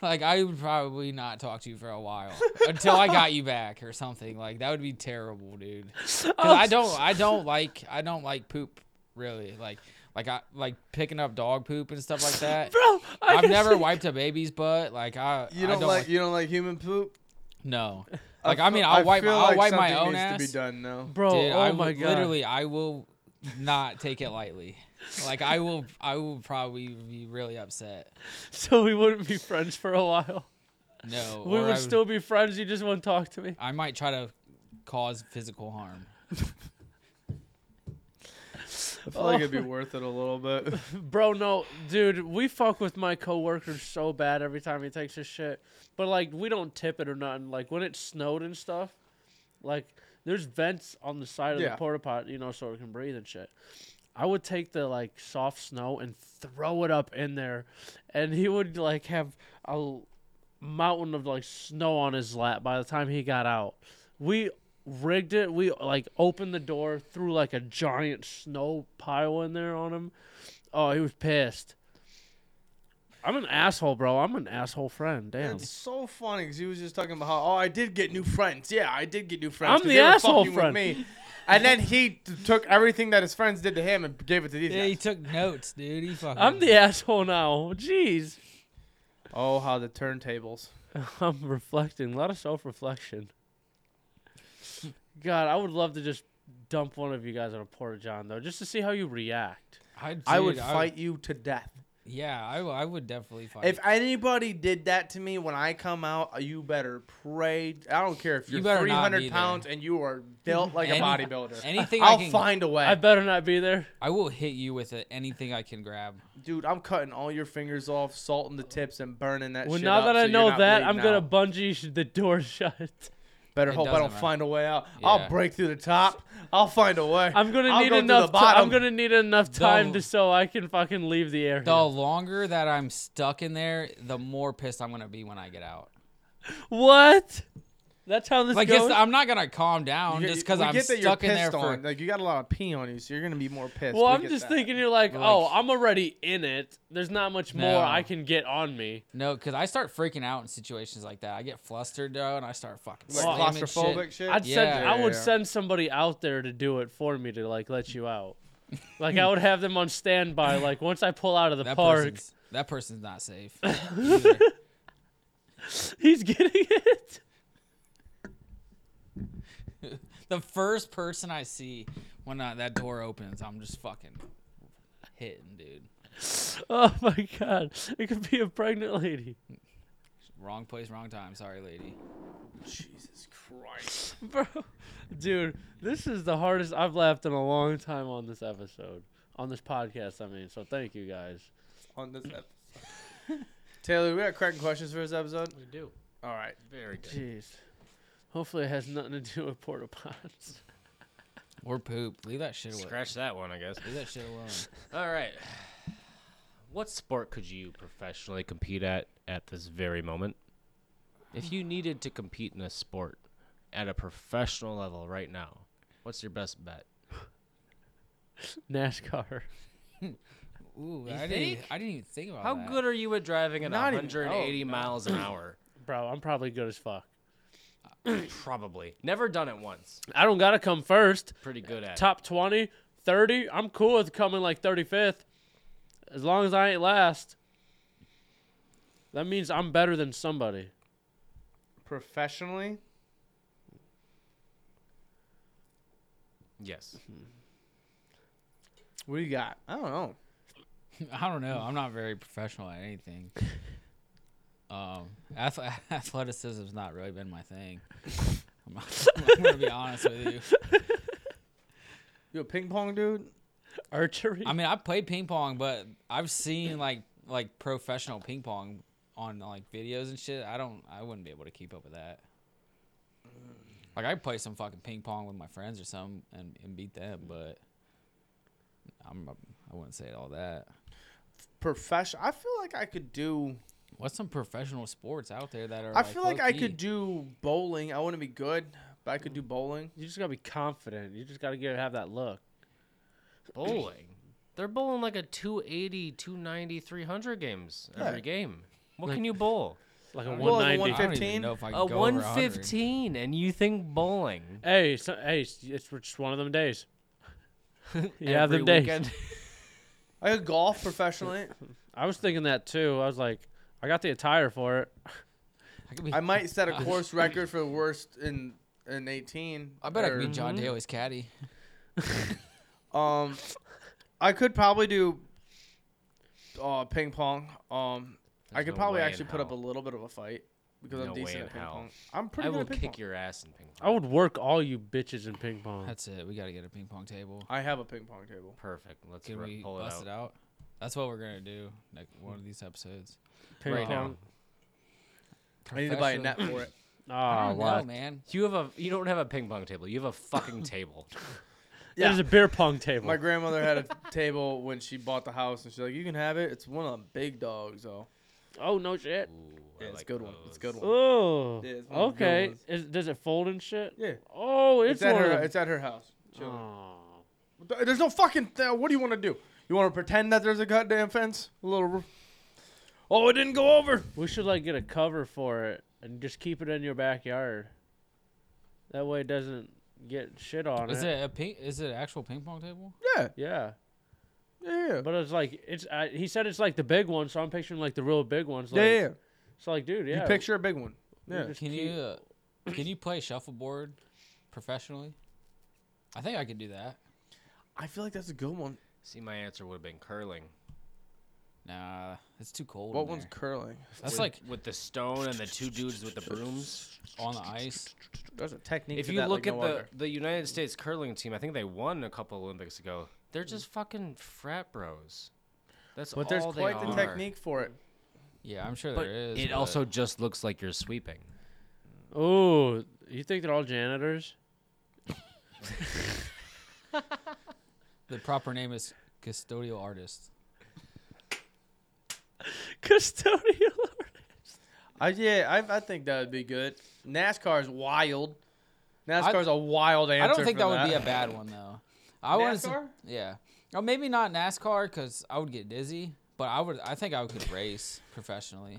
Speaker 4: like I would probably not talk to you for a while until I got you back or something. Like that would be terrible, dude.
Speaker 2: Oh,
Speaker 4: 'Cause I don't, I don't like, I don't like poop really. Like, like I like picking up dog poop and stuff like that.
Speaker 2: Bro, I
Speaker 4: I've
Speaker 2: can
Speaker 4: never
Speaker 2: see-
Speaker 4: wiped a baby's butt. Like I,
Speaker 1: You
Speaker 4: I
Speaker 1: don't,
Speaker 4: don't
Speaker 1: like, you don't like human poop?
Speaker 4: no. Like I mean, I'll wipe,
Speaker 1: feel
Speaker 4: I'll
Speaker 1: like
Speaker 4: wipe my
Speaker 1: something
Speaker 4: own
Speaker 1: needs
Speaker 4: ass.
Speaker 1: to be done now.
Speaker 2: Bro,
Speaker 4: Dude,
Speaker 2: oh
Speaker 4: I
Speaker 2: my
Speaker 4: will-
Speaker 2: god.
Speaker 4: literally, I will not take it lightly. Like I will, I will probably be really upset.
Speaker 2: So we wouldn't be friends for a while.
Speaker 4: No,
Speaker 2: We
Speaker 4: or
Speaker 2: would
Speaker 4: I
Speaker 2: still be friends. You just wouldn't talk to me.
Speaker 4: I might try to cause physical harm.
Speaker 1: I feel like it'd be worth it a little bit.
Speaker 2: Bro, no, dude, we fuck with my coworker so bad every time he takes his shit. But like, we don't tip it or nothing. Like when it snowed and stuff, like there's vents on the side of
Speaker 1: Yeah.
Speaker 2: the porta pot, you know, so it can breathe and shit. I would take the like soft snow and throw it up in there, and he would like have a l- mountain of like snow on his lap by the time he got out. We rigged it. We like opened the door, threw like a giant snow pile in there on him. Oh, he was pissed. I'm an asshole, bro. I'm an asshole friend. Damn.
Speaker 1: It's so funny because he was just talking about how oh I did get new friends. Yeah, I did get new friends. 'cause
Speaker 2: the
Speaker 1: they were
Speaker 2: asshole
Speaker 1: fucking
Speaker 2: friend.
Speaker 1: With me. And then he t- took everything that his friends did to him and gave it to these
Speaker 4: Yeah, he
Speaker 1: guys.
Speaker 4: took notes, dude. He fucking.
Speaker 2: I'm the asshole now. Jeez.
Speaker 1: Oh, how the turntables.
Speaker 2: I'm reflecting. A lot of self reflection. God, I would love to just dump one of you guys on a porta john though, just to see how you react.
Speaker 4: I, dude,
Speaker 1: I would fight you to death.
Speaker 4: yeah, I, w- I would definitely fight.
Speaker 1: If anybody did that to me when I come out, uh, you better pray. I don't care if
Speaker 4: You
Speaker 1: you're
Speaker 4: better not be
Speaker 1: 300
Speaker 4: there.
Speaker 1: pounds and you are built like
Speaker 4: Any-
Speaker 1: a bodybuilder.
Speaker 4: anything I
Speaker 1: I'll
Speaker 4: can-
Speaker 1: find a way.
Speaker 2: I better not be there.
Speaker 4: I will hit you with it, anything I can grab.
Speaker 1: Dude, I'm cutting all your fingers off, salting the tips, and burning that
Speaker 2: Well,
Speaker 1: shit
Speaker 2: now
Speaker 1: up
Speaker 2: that
Speaker 1: so
Speaker 2: I
Speaker 1: you're
Speaker 2: know
Speaker 1: not
Speaker 2: that,
Speaker 1: bleeding
Speaker 2: I'm gonna
Speaker 1: out.
Speaker 2: bungee sh- the door shut.
Speaker 1: Better
Speaker 4: It
Speaker 1: hope I
Speaker 4: doesn't
Speaker 1: don't
Speaker 4: matter.
Speaker 1: find a way out.
Speaker 4: Yeah.
Speaker 1: I'll break through the top. I'll find a way.
Speaker 2: I'm gonna
Speaker 1: I'll
Speaker 2: need
Speaker 1: go through
Speaker 2: enough.
Speaker 1: The
Speaker 2: ti- I'm
Speaker 1: bottom.
Speaker 2: gonna need enough time
Speaker 4: The-
Speaker 2: to so I can fucking leave the area.
Speaker 4: The longer that I'm stuck in there, the more pissed I'm gonna be when I get out.
Speaker 2: What? That's how this
Speaker 4: Like,
Speaker 2: goes.
Speaker 4: it's, I'm not gonna calm down
Speaker 1: You-
Speaker 4: just because
Speaker 1: we
Speaker 4: I'm
Speaker 1: get that you're
Speaker 4: stuck in there
Speaker 1: pissed
Speaker 4: for.
Speaker 1: on. like you got a lot of pee on you, so you're gonna be more pissed.
Speaker 2: well,
Speaker 1: We
Speaker 2: I'm
Speaker 1: get
Speaker 2: just
Speaker 1: that.
Speaker 2: thinking you're like,
Speaker 4: Like-
Speaker 2: oh, I'm already in it. There's not much
Speaker 4: No.
Speaker 2: more I can get on me.
Speaker 4: No, because I start freaking out in situations like that. I get flustered, though, and I start fucking
Speaker 1: like
Speaker 2: Well,
Speaker 4: slamming
Speaker 1: claustrophobic
Speaker 4: shit.
Speaker 1: shit.
Speaker 2: I'd send,
Speaker 4: Yeah.
Speaker 2: I would
Speaker 1: Yeah.
Speaker 2: send somebody out there to do it for me to like let you out. Like I would have them on standby. Like once I pull out of the
Speaker 4: That
Speaker 2: park,
Speaker 4: person's that person's not safe.
Speaker 2: he's getting it.
Speaker 4: the first person I see when uh, that door opens, I'm just fucking hitting, dude.
Speaker 2: Oh my god, it could be a pregnant lady,
Speaker 4: Wrong place, wrong time. Sorry, lady.
Speaker 1: Jesus Christ.
Speaker 2: bro. Dude, this is the hardest I've laughed in a long time on this episode, on this podcast. I mean, so thank you guys.
Speaker 1: On this episode. Taylor, we got cracking questions for this episode.
Speaker 3: We do.
Speaker 1: All right.
Speaker 3: Very good.
Speaker 2: Jeez. Hopefully, it has nothing to do with porta pots.
Speaker 4: Or poop. Leave that shit alone.
Speaker 3: Scratch that one, I guess.
Speaker 4: Leave that shit alone.
Speaker 3: All right. What sport could you professionally compete at at this very moment? If you needed to compete in a sport at a professional level right now, what's your best bet?
Speaker 2: NASCAR.
Speaker 4: Ooh,
Speaker 3: You
Speaker 4: I didn't. Even,
Speaker 3: think?
Speaker 4: I didn't even think about
Speaker 3: How
Speaker 4: that.
Speaker 3: good are you at driving at
Speaker 1: Not even-
Speaker 3: 180
Speaker 1: oh, no.
Speaker 3: miles an hour?
Speaker 2: Bro, I'm probably good as fuck.
Speaker 3: Probably. Never done it once.
Speaker 2: I don't got to come first.
Speaker 3: Pretty good at it.
Speaker 2: top 20, 30. I'm cool with coming like 35th as long as I ain't last. That means I'm better than somebody.
Speaker 1: Professionally,
Speaker 3: Yes.
Speaker 1: what do you got? I don't know.
Speaker 4: I don't know. I'm not very professional at anything. Um, ath- athleticism's not really been my thing. I'm, not, I'm gonna be honest with you.
Speaker 1: You a ping pong dude?
Speaker 2: Archery.
Speaker 4: I mean, I played ping pong, but I've seen like like professional ping pong on like videos and shit. I don't. I wouldn't be able to keep up with that. Like I play some fucking ping pong with my friends or something and, and beat them, but I'm I wouldn't say all that.
Speaker 1: Profession. I feel like I could do.
Speaker 4: What's some professional sports out there that are?
Speaker 1: I feel like I
Speaker 4: low-key?
Speaker 1: could do bowling. I wouldn't be good, but I could do bowling.
Speaker 2: you just gotta be confident. You just gotta get have that look.
Speaker 3: Bowling. They're bowling like a 280, 290, 300 games every
Speaker 1: Yeah.
Speaker 3: game. What can you bowl?
Speaker 2: Like a
Speaker 1: Well, like a
Speaker 2: one ninety.
Speaker 4: I don't even
Speaker 1: 15?
Speaker 4: know if I could
Speaker 3: A
Speaker 4: go over 100.
Speaker 3: 115, and you think bowling.
Speaker 2: Hey, so, hey, it's it's just one of them days. you have
Speaker 3: every
Speaker 2: them days.
Speaker 3: weekend.
Speaker 1: I could golf professionally.
Speaker 2: I was thinking that too. I was like, I got the attire for it.
Speaker 4: I, could be,
Speaker 1: I might set a course record for the worst in in 18.
Speaker 4: I bet I could
Speaker 1: or-
Speaker 4: be John Daly's caddy.
Speaker 1: Um, I could probably do uh, ping pong. Um, I
Speaker 3: There's
Speaker 1: could
Speaker 3: no
Speaker 1: probably
Speaker 3: way in
Speaker 1: actually put up a
Speaker 3: hell.
Speaker 1: little bit of a fight because
Speaker 3: No
Speaker 1: I'm
Speaker 3: way
Speaker 1: decent
Speaker 3: in
Speaker 1: at ping
Speaker 3: hell.
Speaker 1: pong. I'm pretty
Speaker 3: I
Speaker 1: good
Speaker 3: will
Speaker 1: at ping
Speaker 3: kick
Speaker 1: pong.
Speaker 3: your ass in ping
Speaker 1: Oh.
Speaker 3: pong.
Speaker 2: I would work all you bitches in ping pong.
Speaker 4: That's it. We got to get a ping pong table.
Speaker 1: I have a ping pong table.
Speaker 3: Perfect. Let's
Speaker 4: Can
Speaker 3: ru-
Speaker 4: we
Speaker 3: pull it
Speaker 4: bust
Speaker 3: out.
Speaker 4: it out. That's what we're gonna do. Like one of these episodes.
Speaker 2: Ping
Speaker 4: right now.
Speaker 2: pong.
Speaker 1: I need to buy a net for it.
Speaker 4: I
Speaker 2: Ah,
Speaker 4: don't
Speaker 2: wow.
Speaker 4: know, man.
Speaker 3: You have a. You don't have a ping pong table. You have a fucking table.
Speaker 1: Yeah.
Speaker 2: There's a beer pong table.
Speaker 1: My grandmother had a table when she bought the house, and she's like, "You can have it. It's one of them big dogs, though.
Speaker 2: oh no shit.
Speaker 3: Ooh, I
Speaker 1: Yeah, it's a
Speaker 3: like
Speaker 1: good one. It's a good
Speaker 3: those.
Speaker 1: one.
Speaker 2: Oh.
Speaker 1: Yeah, it's one of the good
Speaker 2: okay.
Speaker 1: ones.
Speaker 2: Is, does it fold and shit?
Speaker 1: Yeah,
Speaker 2: Oh,
Speaker 1: it's,
Speaker 2: it's,
Speaker 1: at
Speaker 2: one
Speaker 1: her.
Speaker 2: of them.
Speaker 1: It's at her house. Chill.
Speaker 3: Oh.
Speaker 2: Aw.
Speaker 1: Th- There's no fucking. Th- what do you want to do? You want to pretend that there's a goddamn fence? A little. r- Oh, it didn't go over.
Speaker 2: We should like get a cover for it and just keep it in your backyard. That way it doesn't get shit on
Speaker 4: Is it a ping? Is it an actual ping pong table?
Speaker 1: Yeah,
Speaker 2: Yeah,
Speaker 1: yeah,
Speaker 2: but it's like it's. I, he said it's like the big one, so I'm picturing like the real big ones. Like,
Speaker 1: yeah, yeah.
Speaker 2: So like, dude, yeah.
Speaker 1: You picture a big one.
Speaker 2: we
Speaker 1: Yeah.
Speaker 2: just
Speaker 4: Can
Speaker 2: keep-
Speaker 4: you uh, can you play shuffleboard professionally? I think I could do that.
Speaker 1: I feel like that's a good one.
Speaker 3: See, my answer would have been curling.
Speaker 4: Nah, it's too cold.
Speaker 1: What
Speaker 4: in
Speaker 1: one's
Speaker 4: there.
Speaker 1: curling?
Speaker 4: That's
Speaker 3: with,
Speaker 4: like
Speaker 3: with the stone and the two dudes with the brooms.
Speaker 4: on the ice.
Speaker 1: There's a technique.
Speaker 3: If
Speaker 1: to
Speaker 3: you
Speaker 1: that, like
Speaker 3: look at
Speaker 1: no
Speaker 3: the
Speaker 1: other.
Speaker 3: the United States curling team, I think they won a couple Olympics ago. They're just fucking frat bros. That's
Speaker 1: but
Speaker 3: all
Speaker 1: there's
Speaker 3: they
Speaker 1: quite the
Speaker 3: are.
Speaker 1: technique for it.
Speaker 4: Yeah, I'm sure
Speaker 3: But
Speaker 4: there is.
Speaker 3: it
Speaker 4: but-
Speaker 3: also just looks like you're sweeping.
Speaker 2: Oh, you think they're all janitors?
Speaker 4: the proper name is custodial artist.
Speaker 2: Custodial.
Speaker 1: I yeah, I, I think that would be good. NASCAR's wild. NASCAR's a wild answer.
Speaker 4: I don't think
Speaker 1: for
Speaker 4: that would be a bad one though. I wouldn't say-
Speaker 1: NASCAR?
Speaker 4: Yeah. Oh, maybe not NASCAR because I would get dizzy. But I would. I think I could race professionally.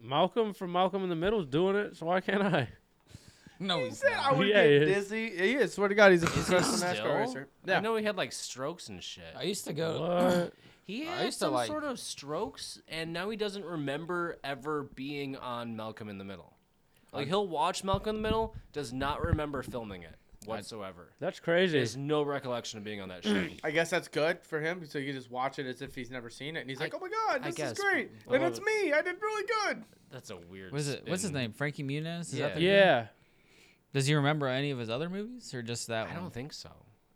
Speaker 2: Malcolm from Malcolm in the Middle's doing it, so why can't I?
Speaker 4: Oh, No,
Speaker 1: He
Speaker 4: he's
Speaker 1: said
Speaker 4: not.
Speaker 1: I would
Speaker 2: Yeah,
Speaker 1: get
Speaker 2: he is.
Speaker 1: dizzy. He is. Swear to God, he's a professional NASCAR
Speaker 3: Still?
Speaker 1: racer.
Speaker 3: I
Speaker 1: Yeah.
Speaker 3: know he had like strokes and shit.
Speaker 4: I used to go.
Speaker 2: What?
Speaker 3: He
Speaker 4: I
Speaker 3: had
Speaker 4: used to
Speaker 3: some
Speaker 4: like-
Speaker 3: sort of strokes, and now he doesn't remember ever being on Malcolm in the Middle. Like he'll watch Malcolm in the Middle, does not remember filming it whatsoever.
Speaker 2: That's crazy.
Speaker 3: There's no recollection of being on that show.
Speaker 1: I guess that's good for him. So you can just watch it as if he's never seen it, and he's like,
Speaker 3: I-
Speaker 1: "Oh my God, this
Speaker 3: I
Speaker 1: is
Speaker 3: guess.
Speaker 1: great,
Speaker 3: Well,
Speaker 1: and it's me. I did really good."
Speaker 3: That's a weird.
Speaker 4: What is it? What's his
Speaker 3: spin.
Speaker 4: name? Frankie Muniz. Is that the dude?
Speaker 2: yeah.
Speaker 4: Does he remember any of his other movies or just that
Speaker 3: I
Speaker 4: one?
Speaker 3: don't think so.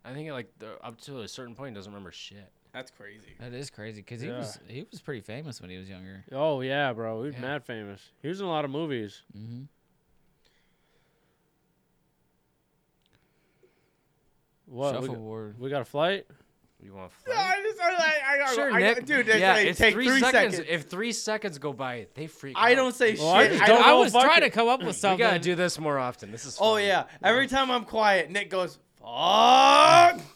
Speaker 3: I think like the, up to a certain point, he doesn't remember shit.
Speaker 1: That's crazy.
Speaker 4: That is crazy because he
Speaker 2: Yeah.
Speaker 4: was he was pretty famous when he was younger.
Speaker 2: Oh yeah, bro. He was
Speaker 3: Yeah.
Speaker 2: mad famous. He was in a lot of movies.
Speaker 4: Mm-hmm.
Speaker 2: What? We, got-
Speaker 4: Shuffleboard.
Speaker 2: we got a flight.
Speaker 3: You want?
Speaker 1: Yeah, I just, I, I, I,
Speaker 3: Sure,
Speaker 1: I,
Speaker 3: Nick.
Speaker 1: dude. They
Speaker 3: yeah,
Speaker 1: say
Speaker 3: it's
Speaker 1: take
Speaker 3: three, seconds. If three seconds go by, they freak.
Speaker 1: I
Speaker 3: out.
Speaker 1: don't say
Speaker 2: Well, I
Speaker 1: shit.
Speaker 2: just
Speaker 1: I
Speaker 2: don't
Speaker 1: don't-
Speaker 4: I
Speaker 2: know
Speaker 4: was
Speaker 2: if I
Speaker 4: trying
Speaker 2: could-
Speaker 4: to come up with
Speaker 3: We
Speaker 4: something.
Speaker 3: gotta do this more often. This is.
Speaker 1: oh
Speaker 3: fun.
Speaker 1: yeah, every time I'm quiet, Nick goes fuck.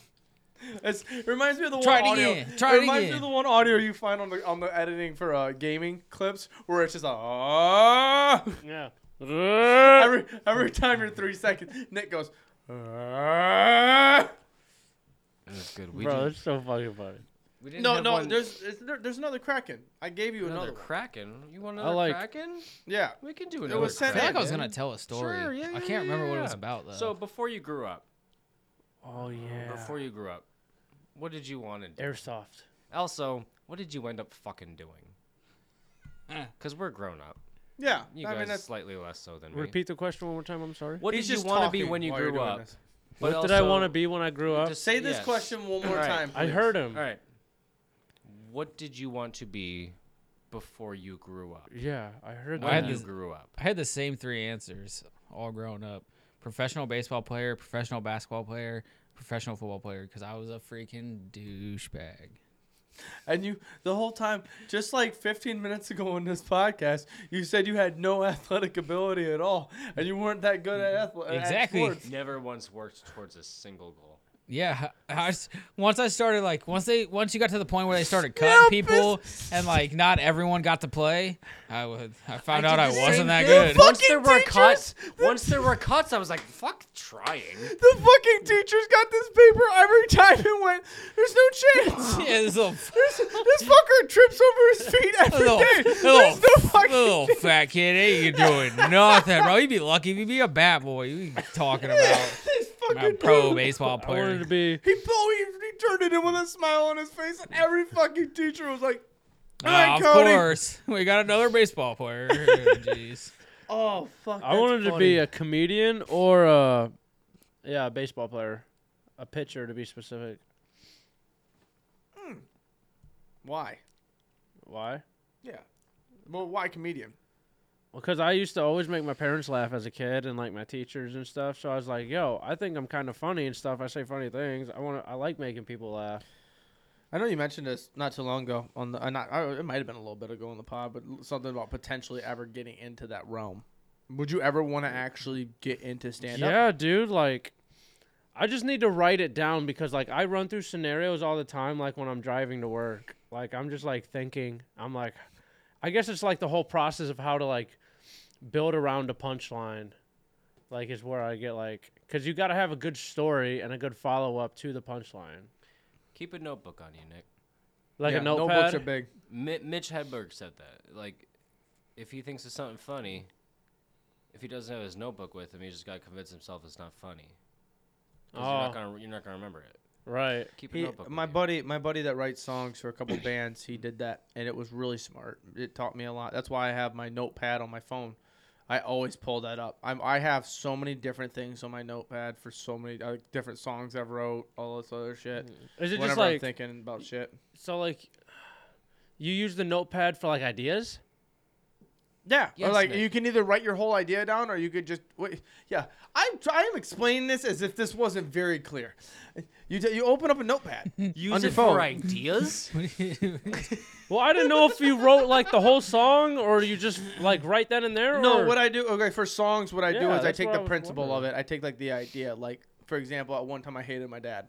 Speaker 1: It's, it reminds me of the one
Speaker 4: Try it
Speaker 1: audio.
Speaker 4: again. Try it
Speaker 1: reminds me
Speaker 4: again.
Speaker 1: of the one audio you find on the on the editing for uh, gaming clips where it's just like ah.
Speaker 2: Yeah.
Speaker 1: every every time you're three seconds, Nick goes. ah.
Speaker 3: That's good. We
Speaker 2: Bro,
Speaker 3: did-
Speaker 2: that's so fucking funny.
Speaker 3: we didn't
Speaker 1: No,
Speaker 3: have
Speaker 1: no,
Speaker 3: one-
Speaker 1: there's it's, there, there's another Kraken. I gave you another.
Speaker 3: another
Speaker 1: one.
Speaker 3: Kraken. You want another
Speaker 2: like-
Speaker 3: Kraken?
Speaker 1: Yeah.
Speaker 3: We can do another.
Speaker 1: was
Speaker 4: I
Speaker 1: sent
Speaker 4: feel
Speaker 1: in.
Speaker 4: like I was
Speaker 1: Yeah,
Speaker 4: gonna tell a story.
Speaker 3: Sure, yeah,
Speaker 4: I
Speaker 3: yeah,
Speaker 4: can't remember what it was
Speaker 3: yeah.
Speaker 4: about though.
Speaker 3: So before you grew up,
Speaker 2: Oh yeah.
Speaker 3: before you grew up, what did you want to do?
Speaker 2: Airsoft.
Speaker 3: Also, what did you end up fucking doing? because we're grown up.
Speaker 1: Yeah,
Speaker 3: You
Speaker 1: I
Speaker 3: guys
Speaker 1: mean that's
Speaker 3: slightly less so than me.
Speaker 2: Repeat the question one more time. I'm sorry.
Speaker 3: What
Speaker 1: he's
Speaker 3: did you
Speaker 1: just
Speaker 3: want to
Speaker 1: talking
Speaker 3: be when you
Speaker 1: while you're
Speaker 3: grew
Speaker 1: doing
Speaker 3: up?
Speaker 1: this.
Speaker 3: But
Speaker 2: What did I
Speaker 3: also-
Speaker 2: want to be when I grew up?
Speaker 3: Just-
Speaker 1: Say this
Speaker 3: yes.
Speaker 1: question one more
Speaker 3: All right.
Speaker 1: time.
Speaker 2: I
Speaker 1: please.
Speaker 2: heard him.
Speaker 3: All right. What did you want to be before you grew up?
Speaker 2: Yeah, I heard
Speaker 3: When
Speaker 2: that.
Speaker 4: had
Speaker 3: you
Speaker 4: this-
Speaker 3: grew up.
Speaker 4: I had the same three answers all grown up: professional baseball player, professional basketball player, professional football player. Because I was a freaking douchebag.
Speaker 1: And you, the whole time, just like 15 minutes ago on this podcast, you said you had no athletic ability at all, and you weren't that good at athletics.
Speaker 4: Mm-hmm. Exactly.
Speaker 1: At sports.
Speaker 3: Never once worked towards a single goal.
Speaker 4: Yeah, I, s- once I started like once they once you got to the point where they started cutting people and like not everyone got to play, I would I found out I
Speaker 3: the
Speaker 4: wasn't
Speaker 3: same
Speaker 4: that
Speaker 1: thing.
Speaker 4: good.
Speaker 1: Fuck
Speaker 3: Once there were
Speaker 1: teachers!
Speaker 3: cuts, once there were cuts, I was like, "Fuck trying."
Speaker 1: The fucking teachers got this paper every time and went, there's no chance.
Speaker 4: Yeah, this little, this
Speaker 1: This, this fucker trips over his feet every
Speaker 4: little,
Speaker 1: day.
Speaker 4: this little,
Speaker 1: There's no
Speaker 4: this
Speaker 1: fucking
Speaker 4: little fat kid ain't you doing nothing, bro. You'd be lucky if you'd be a bat boy. You be talking about,
Speaker 1: this
Speaker 4: about
Speaker 1: fucking
Speaker 4: pro
Speaker 1: dude.
Speaker 4: baseball
Speaker 2: I wanted to
Speaker 4: player.
Speaker 2: be.
Speaker 1: He, blew, he, he turned it in with a smile on his face, and every fucking teacher was like, all
Speaker 4: Ah,
Speaker 1: right,
Speaker 4: of
Speaker 1: Cody.
Speaker 4: course, we got another baseball player. Jeez.
Speaker 1: Oh, fuck.
Speaker 2: I wanted to be a comedian or a, yeah, a baseball player, a pitcher to be specific.
Speaker 1: Why?
Speaker 2: Why?
Speaker 1: Yeah. Well, why comedian?
Speaker 2: Because I used to always make my parents laugh as a kid and like my teachers and stuff. So I was like, yo, I think I'm kind of funny and stuff. I say funny things. I want to. I like making people laugh.
Speaker 1: I know you mentioned this not too long ago on the. Uh, not, uh, it might have been a little bit ago on the pod, but l- something about potentially ever getting into that realm. Would you ever want to actually get into stand up?
Speaker 2: yeah, dude. Like, I just need to write it down because like I run through scenarios all the time. Like when I'm driving to work, like I'm just like thinking. I'm like, I guess it's like the whole process of how to like build around a punchline. Like is where I get like, cause you gotta have a good story and a good follow up to the punchline.
Speaker 3: Keep a notebook on you, Nick.
Speaker 2: Like a notepad.
Speaker 1: Notebooks are big.
Speaker 3: Mi- Mitch Hedberg said that. Like, if he thinks it's something funny, if he doesn't have his notebook with him, he just got to convince himself it's not funny. 'Cause You're,
Speaker 2: Oh.
Speaker 3: not gonna, you're not gonna remember it.
Speaker 2: Right.
Speaker 3: Keep a
Speaker 1: He,
Speaker 3: notebook.
Speaker 1: my
Speaker 3: with you.
Speaker 1: buddy, my buddy that writes songs for a couple bands, he did that, and it was really smart. It taught me a lot. That's why I have my notepad on my phone. I always pull that up. I'm, I have so many different things on my notepad for so many uh, different songs I've wrote, all this other shit.
Speaker 2: Is it
Speaker 1: Whenever
Speaker 2: just
Speaker 1: I'm
Speaker 2: like
Speaker 1: thinking about shit.
Speaker 2: so? Like, you use the notepad for like ideas.
Speaker 1: Yeah, or
Speaker 3: Yes,
Speaker 1: like
Speaker 3: Nick.
Speaker 1: you can either write your whole idea down, or you could just wait. Yeah, I'm tr- I am explaining this as if this wasn't very clear. You t- you open up a notepad.
Speaker 3: Use
Speaker 1: on your
Speaker 3: it
Speaker 1: phone.
Speaker 3: for ideas.
Speaker 2: Well, I didn't know if you wrote like the whole song or you just like right then and there.
Speaker 1: no,
Speaker 2: or-
Speaker 1: what I do? Okay, for songs, what I do
Speaker 2: Yeah,
Speaker 1: is I
Speaker 2: that's
Speaker 1: take
Speaker 2: what
Speaker 1: the
Speaker 2: I was
Speaker 1: principle
Speaker 2: wondering.
Speaker 1: of it. I take like the idea. Like for example, at one time I hated my dad,